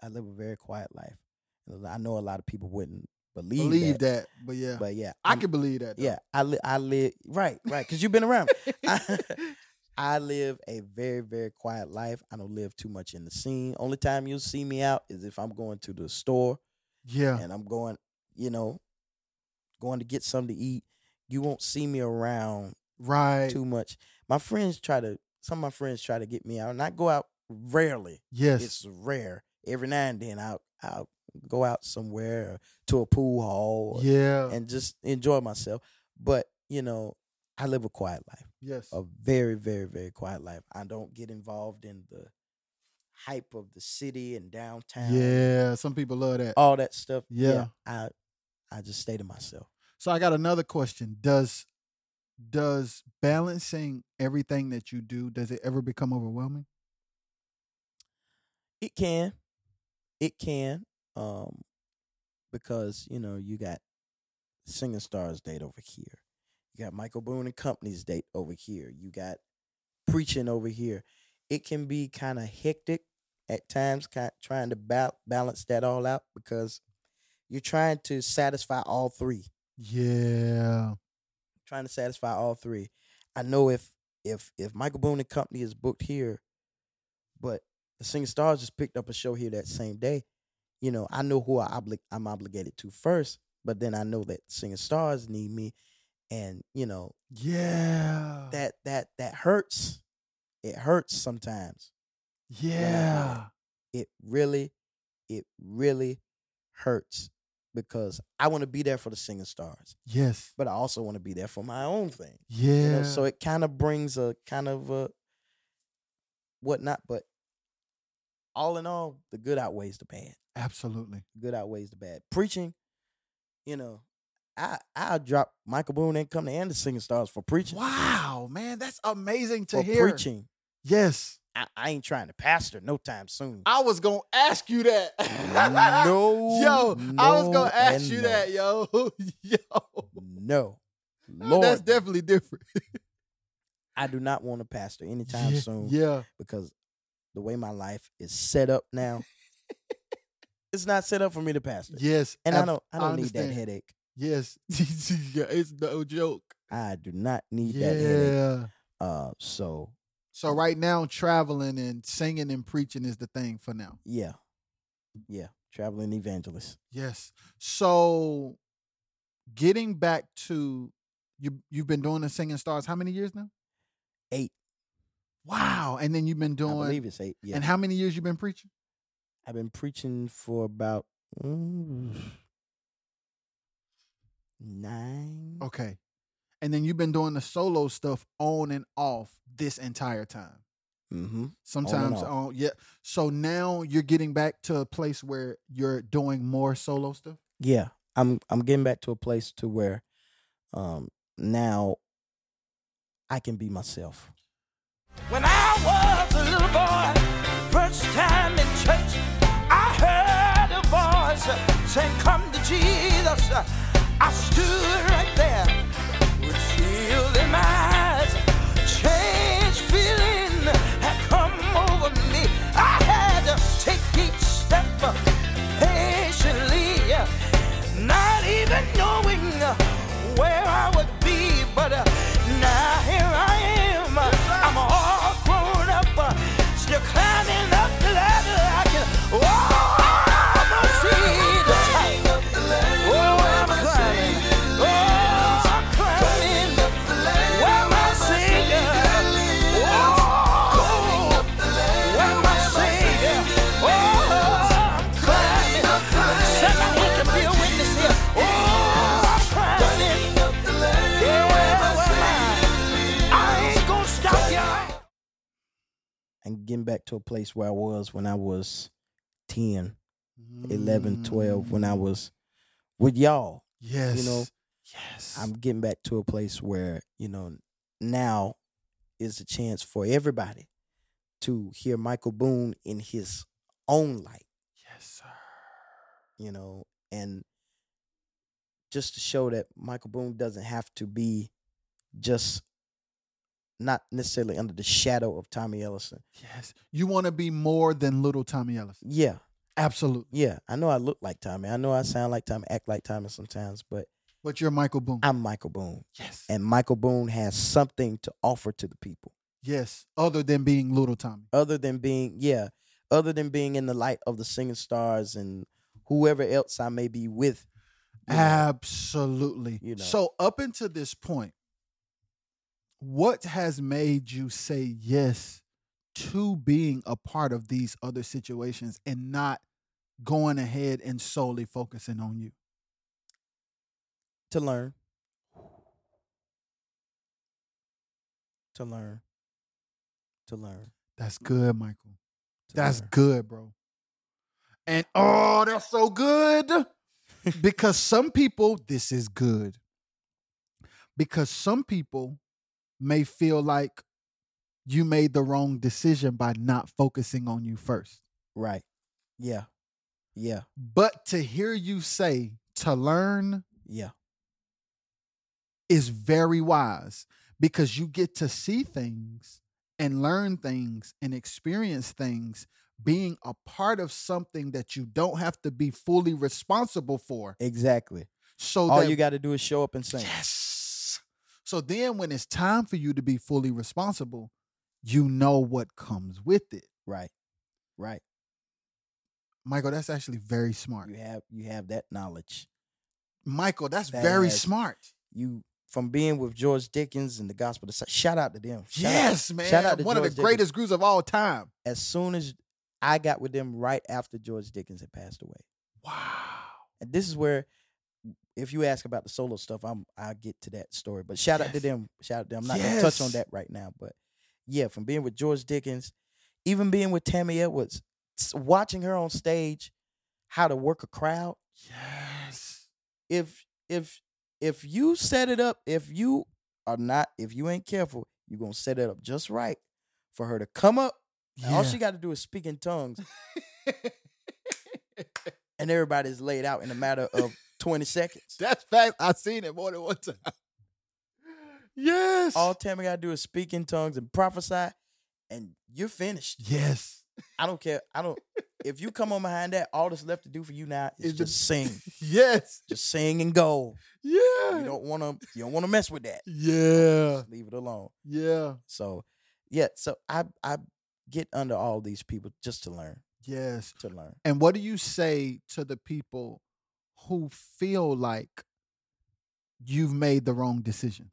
I live a very quiet life. And I know a lot of people wouldn't believe, Believe that, that. But yeah. but yeah, I I'm- can believe that. though. Yeah, I live. I live. Right, right. Because you've been around. I- I live a very, very quiet life. I don't live too much in the scene. Only time you'll see me out is if I'm going to the store yeah. and I'm going, you know, going to get something to eat. You won't see me around Right. too much. My friends try to, some of my friends try to get me out, and I go out rarely. Yes. It's rare. Every now and then I'll, I'll go out somewhere or to a pool hall or- yeah. and just enjoy myself. But, you know, I live a quiet life yes. a very, very, very quiet life. I don't get involved in the hype of the city and downtown. Yeah. Some people love that. All that stuff. Yeah. I I just stay to myself. So I got another question. Does does balancing everything that you do does it ever become overwhelming? It can. It can. Um because, you know, you got singing stars date over here. You got Michael Boone and Company's date over here. You got preaching over here. It can be kind of hectic at times, kind trying to ba- balance that all out because you're trying to satisfy all three. Yeah. trying to satisfy all three. I know if if if Michael Boone and Company is booked here, but the Singing Stars just picked up a show here that same day, you know, I know who I obli- I'm obligated to first, but then I know that Singing Stars need me, and you know Yeah. that that that hurts. It hurts sometimes. yeah. It really, it really hurts because I want to be there for the Singing Stars, Yes. but I also want to be there for my own thing. Yeah. You know, so it kind of brings a kind of a whatnot, but all in all, the good outweighs the bad. Absolutely. The good outweighs the bad. Preaching, you know, I I drop Michael Boone and come to and the singing stars for preaching. Wow, man, that's amazing to For hear. preaching. Yes. I, I ain't trying to pastor no time soon. I was going to ask you that. no. yo, I was no, going to ask and you no. that, yo. yo. No. Lord, that's definitely different. I do not want to pastor anytime yeah, soon. Yeah. because the way my life is set up now, it's not set up for me to pastor. Yes. and ab- I don't, I don't need that understand. headache. Yes. yeah, it's no joke. I do not need yeah. that headache. Uh, so So right now, traveling and singing and preaching is the thing for now. yeah, Yeah, traveling evangelist. Yes. So getting back to you you've been doing the singing stars how many years now? Eight. Wow. And then you've been I doing believe it's eight. Yeah, and how many years you've been preaching? I've been preaching for about mm, nine. Okay. And then you've been doing the solo stuff on and off this entire time. Mm-hmm. Sometimes off. on, yeah. So now you're getting back to a place where you're doing more solo stuff. yeah i'm i'm getting back to a place to where um now i can be myself When I was a little boy, first time in church, I heard a voice uh, saying, Come to Jesus. Uh, I stood right there with tears in my eyes. Change feeling had come over me. I had to take each step uh, patiently, uh, not even knowing uh, where I would be, but uh, now here I am. I'm all grown up, uh, still climbing up the ladder. I can almost see the top. Oh, I'm climbing. Oh, I'm climbing. Where my Savior? Oh, where my Savior? Oh, I'm climbing. Somebody who can be a witness here. Oh, I'm climbing. Yeah, well, I ain't gonna stop y'all. and getting back to a place where i was when i was 10 11 Mm, 12 when i was with y'all Yes. know, Yes. i'm getting back to a place where you know now is a chance for everybody to hear michael boone in his own light yes, you know, and just to show that Michael Boone doesn't have to be just not necessarily under the shadow of Tommy Ellison. sir. Yes. You want to be more than little Tommy Ellison. Yeah, Absolutely. yeah. I know I look like Tommy. I know I sound like Tommy, act like Tommy sometimes, but But you're Michael Boone. I'm Michael Boone. yes. And Michael Boone has something to offer to the people yes. Other than being little Tommy. other than being, yeah, other than being in the light of the singing stars and whoever else I may be with. Ah. you know. Absolutely. you know. So up until this point, what has made you say yes to being a part of these other situations and not going ahead and solely focusing on you? to learn to learn to learn That's good, Michael. to That's learn. good, bro. And oh, that's so good. because some people, this is good. Because some people may feel like you made the wrong decision by not focusing on you first. right yeah yeah But to hear you say to learn yeah is very wise because you get to see things and learn things and experience things being a part of something that you don't have to be fully responsible for. exactly So all Oh, that you got to do is show up and sing Yes. So then when it's time for you to be fully responsible, you know what comes with it. right right Michael, that's actually very smart. you have you have that knowledge Michael, that's That very is- smart. you from being with george dickens and the gospel of Si- shout out to them Shout out. yes, man. shout out to One of George the Dickens. greatest groups of all time. as soon as i got with them right after george dickens had passed away Wow. and this is where if you ask about the solo stuff i'm i'll get to that story but shout out to Yes. them shout out to them i'm not gonna touch on Yes. that right now but yeah from being with george dickens even being with tammy edwards s- watching her on stage how to work a crowd Yes. if if if you set it up if you are not if you ain't careful you're gonna set it up just right for her to come up and all Yeah. she got to do is speak in tongues and everybody's laid out in a matter of 20 seconds that's fact. I've seen it more than one time. Yes. All Tammy gotta do is speak in tongues and prophesy, and you're finished. yes. I don't care. I don't. If you come on behind that, all that's left to do for you now Is is to- just sing, Yes. just sing and go. Yeah. You don't want to. You don't want to mess with that. yeah. Leave it alone. Yeah. So, yeah. So I I get under all these people just to learn. Yes. to learn. And what do you say to the people who feel like you've made the wrong decisions?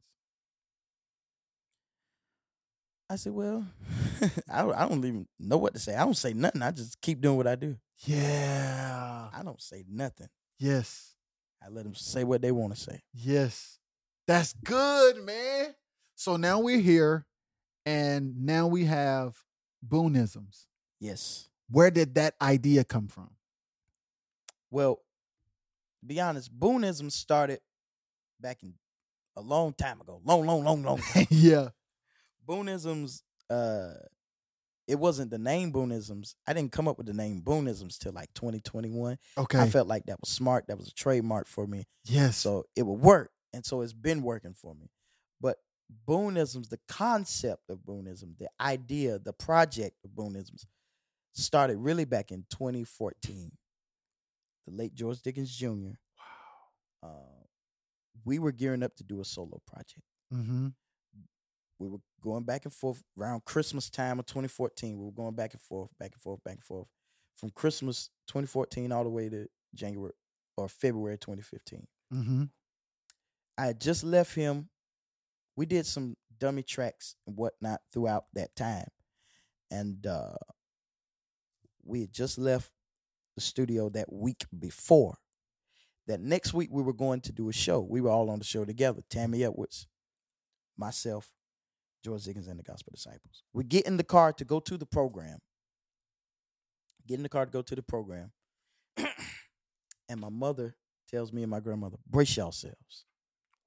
I said, well, I, don't- I don't even know what to say. I don't say nothing. I just keep doing what I do. Yeah. I don't say nothing. Yes. I let them say what they want to say. Yes. That's good, man. So now we're here and now we have boonisms. Yes. Where did that idea come from? Well, to be honest, Boonism started back in a long time ago. Long, long, long, long. time. yeah. Boonisms. Uh, it wasn't the name Boonisms. I didn't come up with the name Boonisms till like 2021. Okay. I felt like that was smart. That was a trademark for me. yes. So it would work. And so it's been working for me. But Boonisms, the concept of Boonism, the idea, the project of Boonisms started really back in 2014. The late George Dickens Jr. Wow. Uh, we were gearing up to do a solo project. mm-hmm. We were going back and forth around Christmas time of 2014. We were going back and forth, back and forth, back and forth from Christmas 2014 all the way to January or February 2015. Mm-hmm. I had just left him. We did some dummy tracks and whatnot throughout that time. And uh we had just left the studio that week before. That next week we were going to do a show. We were all on the show together. Tammy Edwards, myself, George Ziggins, and the Gospel Disciples. We get in the car to go to the program. Get in the car to go to the program. and my mother tells me and my grandmother, brace yourselves.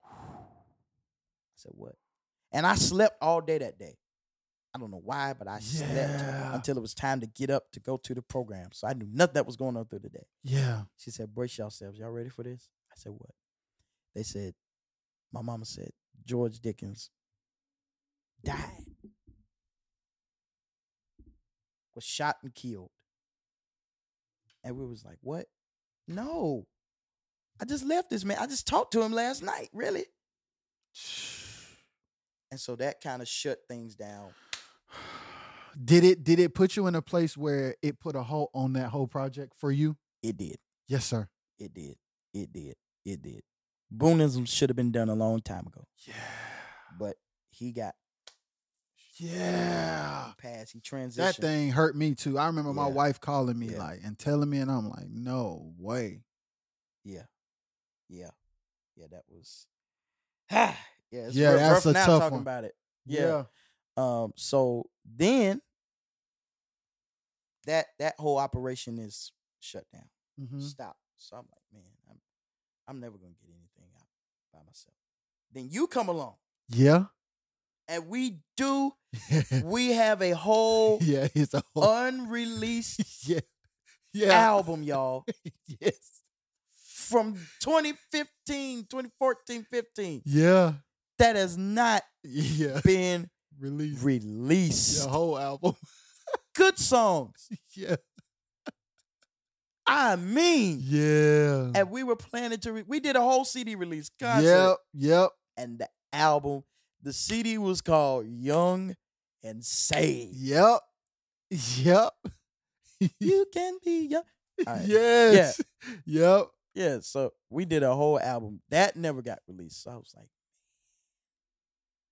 I said, what? And I slept all day that day. I don't know why, but I Yeah. slept until it was time to get up to go to the program. So I knew nothing that was going on through the day. Yeah. She said, brace yourselves. Y'all ready for this? I said, what? They said, my mama said, George Dickens died, was shot and killed. And we was like, what? No. I just left this man. I just talked to him last night, really. And so that kind of shut things down. Did it did it put you in a place where it put a halt on that whole project for you? It did. Yes, sir. It did. It did. It did. Boonism should have been done a long time ago. Yeah. But he got Yeah. passed. He transitioned. Ah, That thing hurt me too. I remember my Yeah. wife calling me Yeah. like and telling me, and I'm like, no way. Yeah. Yeah. Yeah, that was Yeah, it's Yeah, yeah, rough, that's rough a now tough talking one. about it. Yeah. Um so then that that whole operation is shut down. Mhm. Stop. So I'm like, man, I'm I'm never gonna get anything out by myself. Then you come along Yeah. and we do we have a whole yeah. It's a whole. unreleased yeah. Yeah. album, y'all, Yes. from 2015, 2014, 15. Yeah. That has not Yeah. been Release released. the whole album. Good songs. yeah. I mean, Yeah. and we were planning to, re- we did a whole CD release concert. Yep. Yep. And the album, the CD was called Young and Saved. Yep. Yep. You can be young. All right. Yes. Yep. Yeah, so we did a whole album. That never got released. So I was like,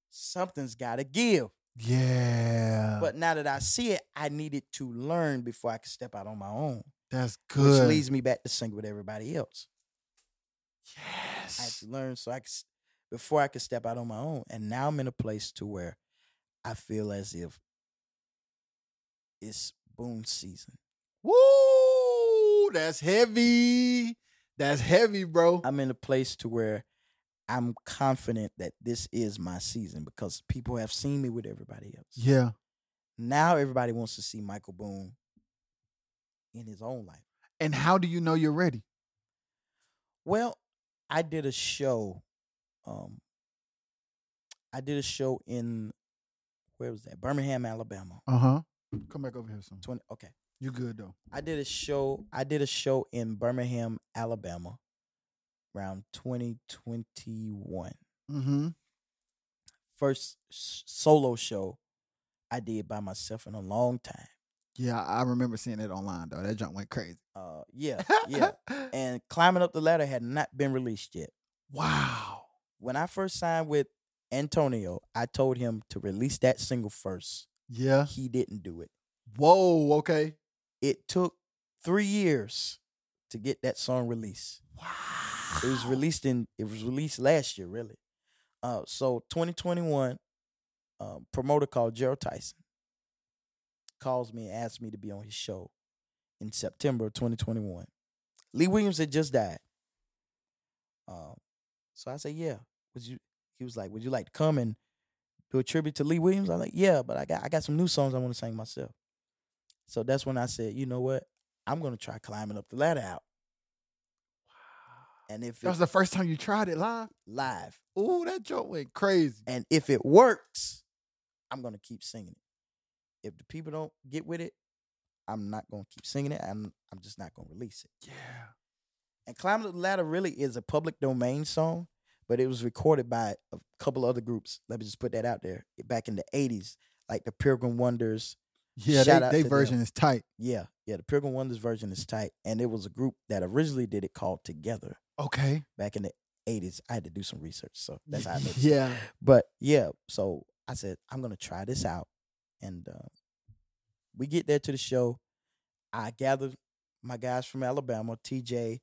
something's got to give. Yeah. But now that I see it, I needed to learn before I could step out on my own, that's which good. leads me back to sing with everybody else. I had yes. to learn so I could s- before I could step out on my own, and now I'm in a place to where I feel as if it's boom season. Woo! That's heavy. That's heavy, bro. I'm in a place to where I'm confident that this is my season because people have seen me with everybody else. yeah. Now everybody wants to see Michael Boone in his own life. And how do you know you're ready? Well, I did a show. Um, I did a show in where was that? Birmingham, Alabama. Uh huh. Come back over here, son. Twenty. Okay, You good though? I did a show. I did a show in Birmingham, Alabama, around twenty twenty one. Mm-hmm. First s- solo show I did by myself in a long time. Yeah, I remember seeing it online though. That junk went crazy. Uh, yeah, yeah. And climbing up the ladder had not been released yet. wow. When I first signed with Antonio, I told him to release that single first. Yeah. He didn't do it. Whoa. Okay. It took three years to get that song released. It was released in it was released last year, really. Uh, so 2021, um, promoter called Gerald Tyson calls me and asks me to be on his show in September of 2021. Lee Williams had just died. Um, so I said, "Yeah." Would you? He was like, "Would you like to come and do a tribute to Lee Williams?" I'm like, "Yeah," but I got I got some new songs I want to sing myself. So that's when I said, "You know what? I'm gonna try climbing up the ladder out." And if That it's was the first time you tried it live. live, Ooh, that joke went crazy. And if it works, I'm gonna keep singing it. If the people don't get with it, I'm not gonna keep singing it. I'm I'm just not gonna release it. Yeah. And Climb Up the Ladder really is a public domain song, but it was recorded by a couple other groups. Let me just put that out there. Back in the 80s, like the Pilgrim Wonders, Yeah, Shout out they, to they version them. is tight. yeah, yeah, the Pilgrim Wonders version is tight. And it was a group that originally did it called Together Okay. back in the 80s. I had to do some research, so that's how I know. yeah. But yeah, so I said I'm gonna try this out, and uh, we get there to the show. I gathered my guys from Alabama, TJ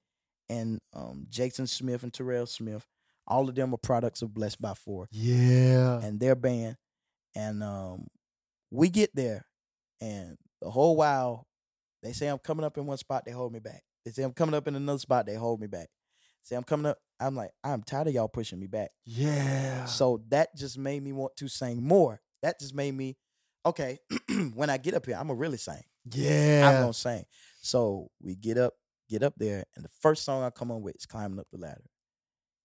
and um, Jason Smith and Terrell Smith. All of them are products of Blessed by Four Yeah. and their band, and um, we get there, and the whole while they say I'm coming up in one spot, they hold me back. They say I'm coming up in another spot, they hold me back. Say I'm coming up, I'm like I'm tired of y'all pushing me back. Yeah. So that just made me want to sing more. That just made me, okay, when I get up here, I'm gonna really sing. I'm Yeah. gonna sing. So we get up, get up there, and the first song I come on with is climbing up the ladder.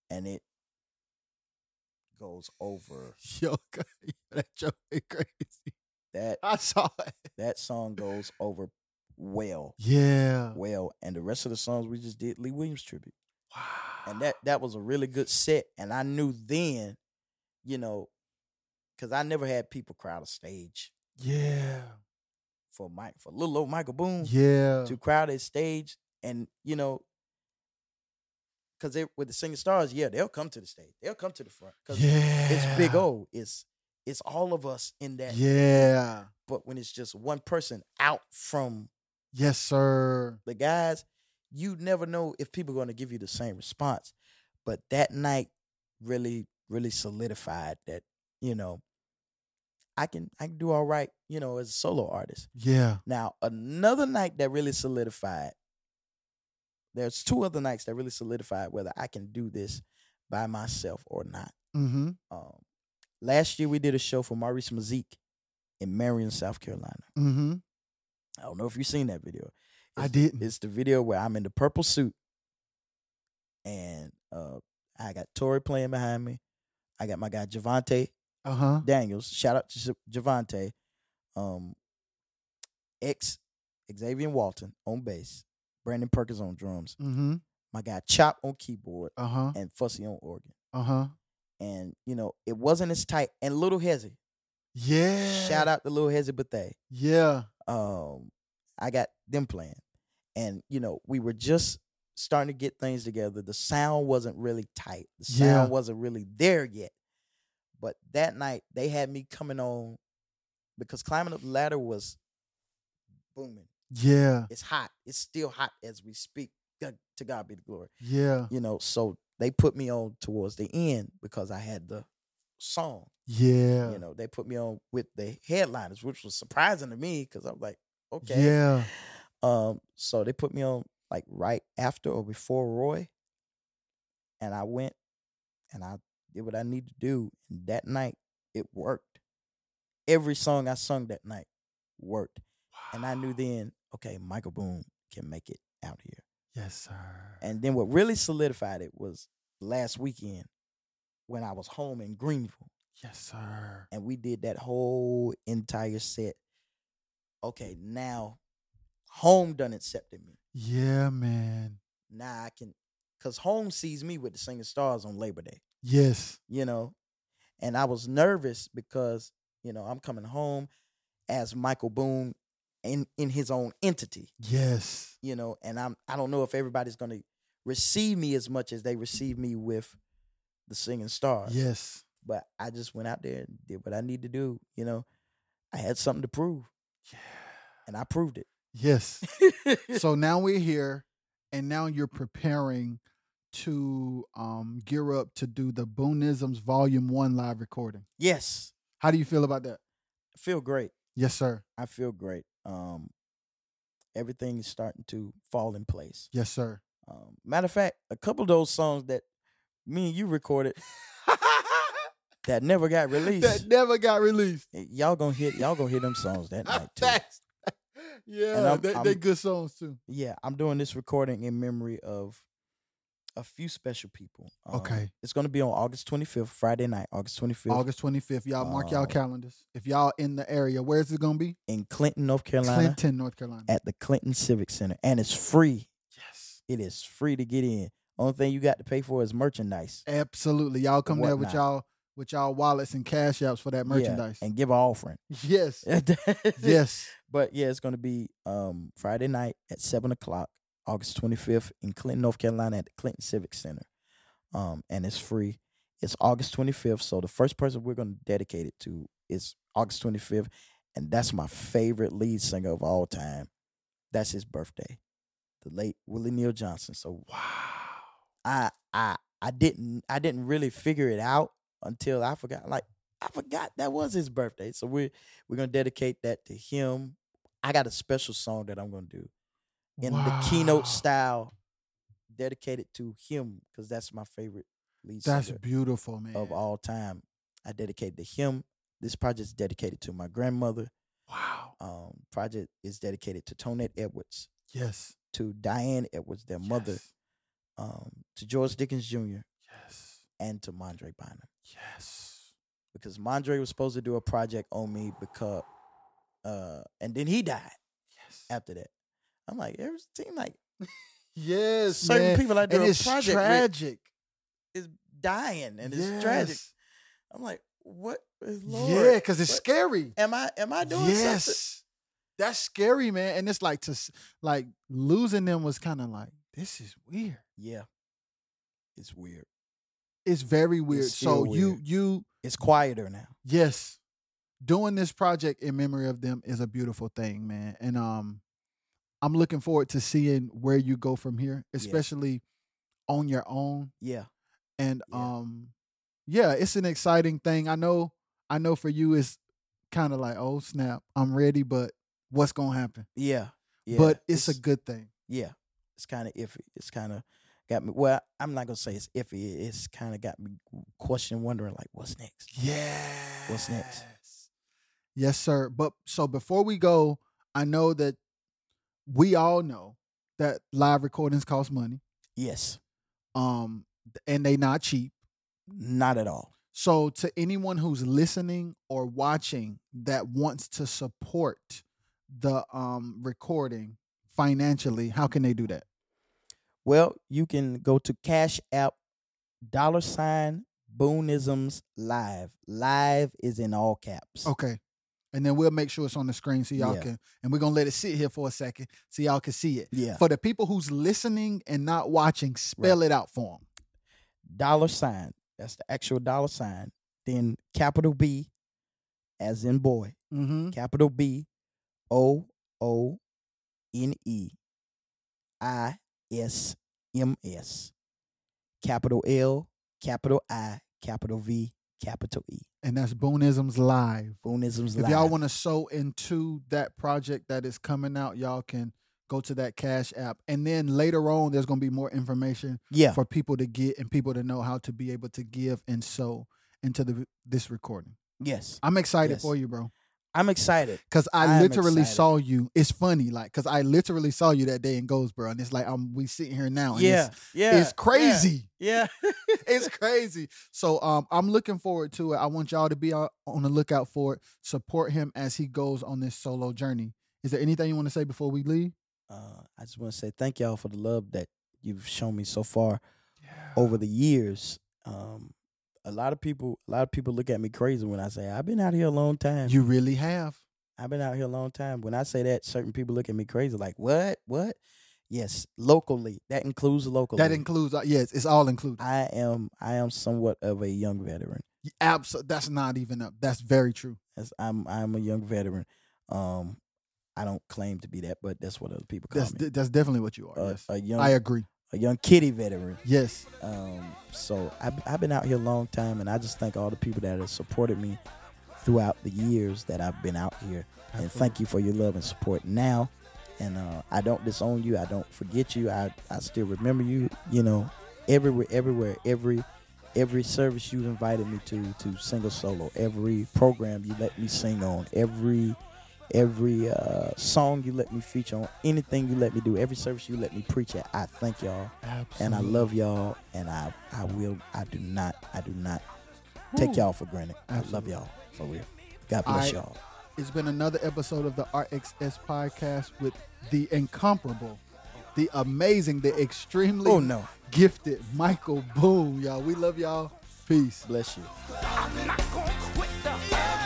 And it goes over. Yo, that joke is crazy. That I saw it. that song goes over well. Yeah. Well. And the rest of the songs we just did Lee Williams tribute. and that that was a really good set and i knew then you know because i never had people crowd a stage Yeah. for mike for little old michael boone Yeah. to crowd his stage and you know because they with the singing stars yeah they'll come to the stage they'll come to the front because Yeah. it's big o it's it's all of us in that Yeah. but when it's just one person out from Yes, sir. the guys, you never know if people are going to give you the same response. But that night really, really solidified that you know I can I can do all right, you know, as a solo artist. Yeah. Now another night that really solidified. There's two other nights that really solidified whether I can do this by myself or not. Mm-hmm. Um, last year we did a show for Maurice Mazik in Marion, South Carolina. Mm-hmm. I don't know if you've seen that video. I It's- didn't. It's the video where I'm in the purple suit, and uh, I got Tori playing behind me. I got my guy Javante Uh huh. Daniels. Shout out to Javante, um, ex Xavier Walton on bass, Brandon Perkins on drums, Mm-hmm. my guy Chop on keyboard, Uh huh. and Fussy on organ. Uh huh. And you know it wasn't as tight. And Little Hezzy, Yeah. shout out to Little Hezzy Bethay. Yeah. um, I got them playing. And, you know, we were just starting to get things together. The sound wasn't really tight, the Yeah. sound wasn't really there yet. But that night, they had me coming on because climbing up the ladder was booming. Yeah. It's hot. It's still hot as we speak. God- To God be the glory. Yeah. You know, so they put me on towards the end because I had the song. Yeah. You know, they put me on with the headliners, which was surprising to me because I'm like, okay. Yeah. Um, so they put me on like right after or before Roy, and I went and I did what I need to do. And that night, it worked. Every song I sung that night worked, and I knew then, okay, Michael Boone can make it out here. Yes, sir. And then what really solidified it was last weekend when I was home in Greenville Yes, sir. and we did that whole entire set. Okay, now home done accepted me. Yeah, man. now I can, cause home sees me with the singing stars on Labor Day, Yes. you know, and I was nervous because you know I'm coming home as Michael Boone in in his own entity, Yes. you know. And I'm I don't know if everybody's going to receive me as much as they receive me with the singing stars. Yes. But I just went out there and did what I need to do, you know. I had something to prove, and I proved it. Yes. so now we're here and now you're preparing to um gear up to do the Boonisms Volume 1 live recording. yes, How do you feel about that? I feel great. Yes, sir. I feel great. Um, everything is starting to fall in place. Yes, sir. Um, matter of fact, a couple of those songs that me and you recorded that never got released. that never got released. y'all gonna hit y'all gonna hear them songs that night too. Thanks. yeah, I'm- they, they I'm- good songs too. Yeah, I'm doing this recording in memory of a few special people. Um, Okay. it's gonna be on August 25th, Friday night, August 25th, August 25th. Y'all mark y'all Uh, calendars. If y'all in the area, where's it going to be? in Clinton, North Carolina, Clinton, North Carolina. at the Clinton Civic Center, and it's free. yes. It is free to get in. Only thing you got to pay for is merchandise. Absolutely. Y'all come there with whatnot. y'all with y'all wallets and cash apps for that Yeah, merchandise. and give an offering. yes. yes. But yeah, it's going to be um, Friday night at seven o'clock, August 25th in Clinton, North Carolina, at the Clinton Civic Center, um, and it's free. It's August 25th, so the first person we're going to dedicate it to is August 25th, and that's my favorite lead singer of all time. That's his birthday, the late Willie Neal Johnson. So wow, I I I didn't I didn't really figure it out until I forgot. Like I forgot that was his birthday. So we're we're gonna dedicate that to him. I got a special song that I'm gonna do in the Wow. keynote style, dedicated to him because that's my favorite lead That's singer beautiful, man. of all time. I dedicated to him. This project's dedicated to my grandmother. Wow. Um, project is dedicated to Tonette Edwards, Yes. to Diane Edwards, their mother, Yes. um, to George Dickens Jr. Yes. and to Mondre Bynum. Yes. because Mondre was supposed to do a project on me because, uh, and then he died Yes. after that. I'm like, it was- seemed like Yes. certain man. people I do And a it's project with tragic. is dying and it's tragic. Yes. I'm like, what is Lord? Yeah, because it's What- scary. Am I am I doing yes. something? That's scary, man. And it's like to s- like losing them was kind of like this is weird. Yeah, it's weird. It's very weird. so still you weird. you It's quieter now. yes, doing this project in memory of them is a beautiful thing, man. And um, I'm looking forward to seeing where you go from here, especially on your own. Yeah, And Yeah. um, yeah, it's an exciting thing. I know. I know for you, it's kind of like oh snap, I'm ready, but what's gonna happen? yeah, yeah. but it's, a good thing. yeah. It's kind of iffy. It's kind of got me. Well, I'm not gonna say it's iffy. It's kind of got me questioning, wondering like, what's next? Yeah. What's next? Yes, sir. But so before we go, I know that we all know that live recordings cost money. Yes. Um and they not cheap. Not at all. So to anyone who's listening or watching that wants to support the um recording financially, how can they do that? Well, you can go to Cash App dollar sign Boonisms Live. Live is in all caps. Okay. And then we'll make sure it's on the screen so y'all Yeah. can and we're gonna let it sit here for a second so y'all can see it. Yeah. For the people who's listening and not watching, spell it out for them. Dollar sign. That's the actual dollar sign. Then capital B as in boy. Mm-hmm. Capital B O O N E I S M S. Capital L, capital I, capital V, capital E. And that's Boonisms Live. Boonisms If Live. y'all want to sew into that project that is coming out, y'all can go to that Cash app. And then later on, there's going to be more information yeah. for people to get and people to know how to be able to give and sew into the this recording. Yes. I'm excited Yes. for you, bro. I'm excited. Cause I I, am literally excited. saw you. It's funny, like, cause I literally saw you that day in Goldsboro, and it's like I'm we sitting here now. Oh, And Yeah. it's, yeah. it's crazy. Yeah. it's crazy. So um, I'm looking forward to it. I want y'all to be on on the lookout for it. Support him as he goes on this solo journey. Is there anything you want to say before we leave? Uh, I just want to say thank y'all for the love that you've shown me so far over the years. Um, a lot of people, a lot of people look at me crazy when I say I've been out here a long time. You really have. I've been out here a long time. When I say that, certain people look at me crazy, like, what? What? Yes, locally. That includes locally. That includes uh, yes, it's all included. I am I am somewhat of a young veteran. Absolutely, that's not even up. That's very true. That's, I'm I'm a young veteran. Um, I don't claim to be that, but that's what other people call That's me. de- that's definitely what you are. a, yes, Uh, a young I agree. a young kitty veteran. Yes, Um, so I, I've been out here a long time, and I just thank all the people that have supported me throughout the years that I've been out here. And thank you for your love and support now. And uh, I don't disown you. I don't forget you. I, I still remember you. You know, everywhere, everywhere, every every service you invited me to to sing a solo, every program you let me sing on, every every uh, song you let me feature on, anything you let me do, every service you let me preach at. I thank y'all absolutely. and I love y'all, and I I will I do not I do not take y'all for granted. I love Absolutely. y'all for real. God bless I- y'all. It's been another episode of the RXS podcast with the incomparable, the amazing, the extremely Oh no, gifted Michael Boone. Y'all, we love y'all. Peace. bless you. I'm not gonna quit the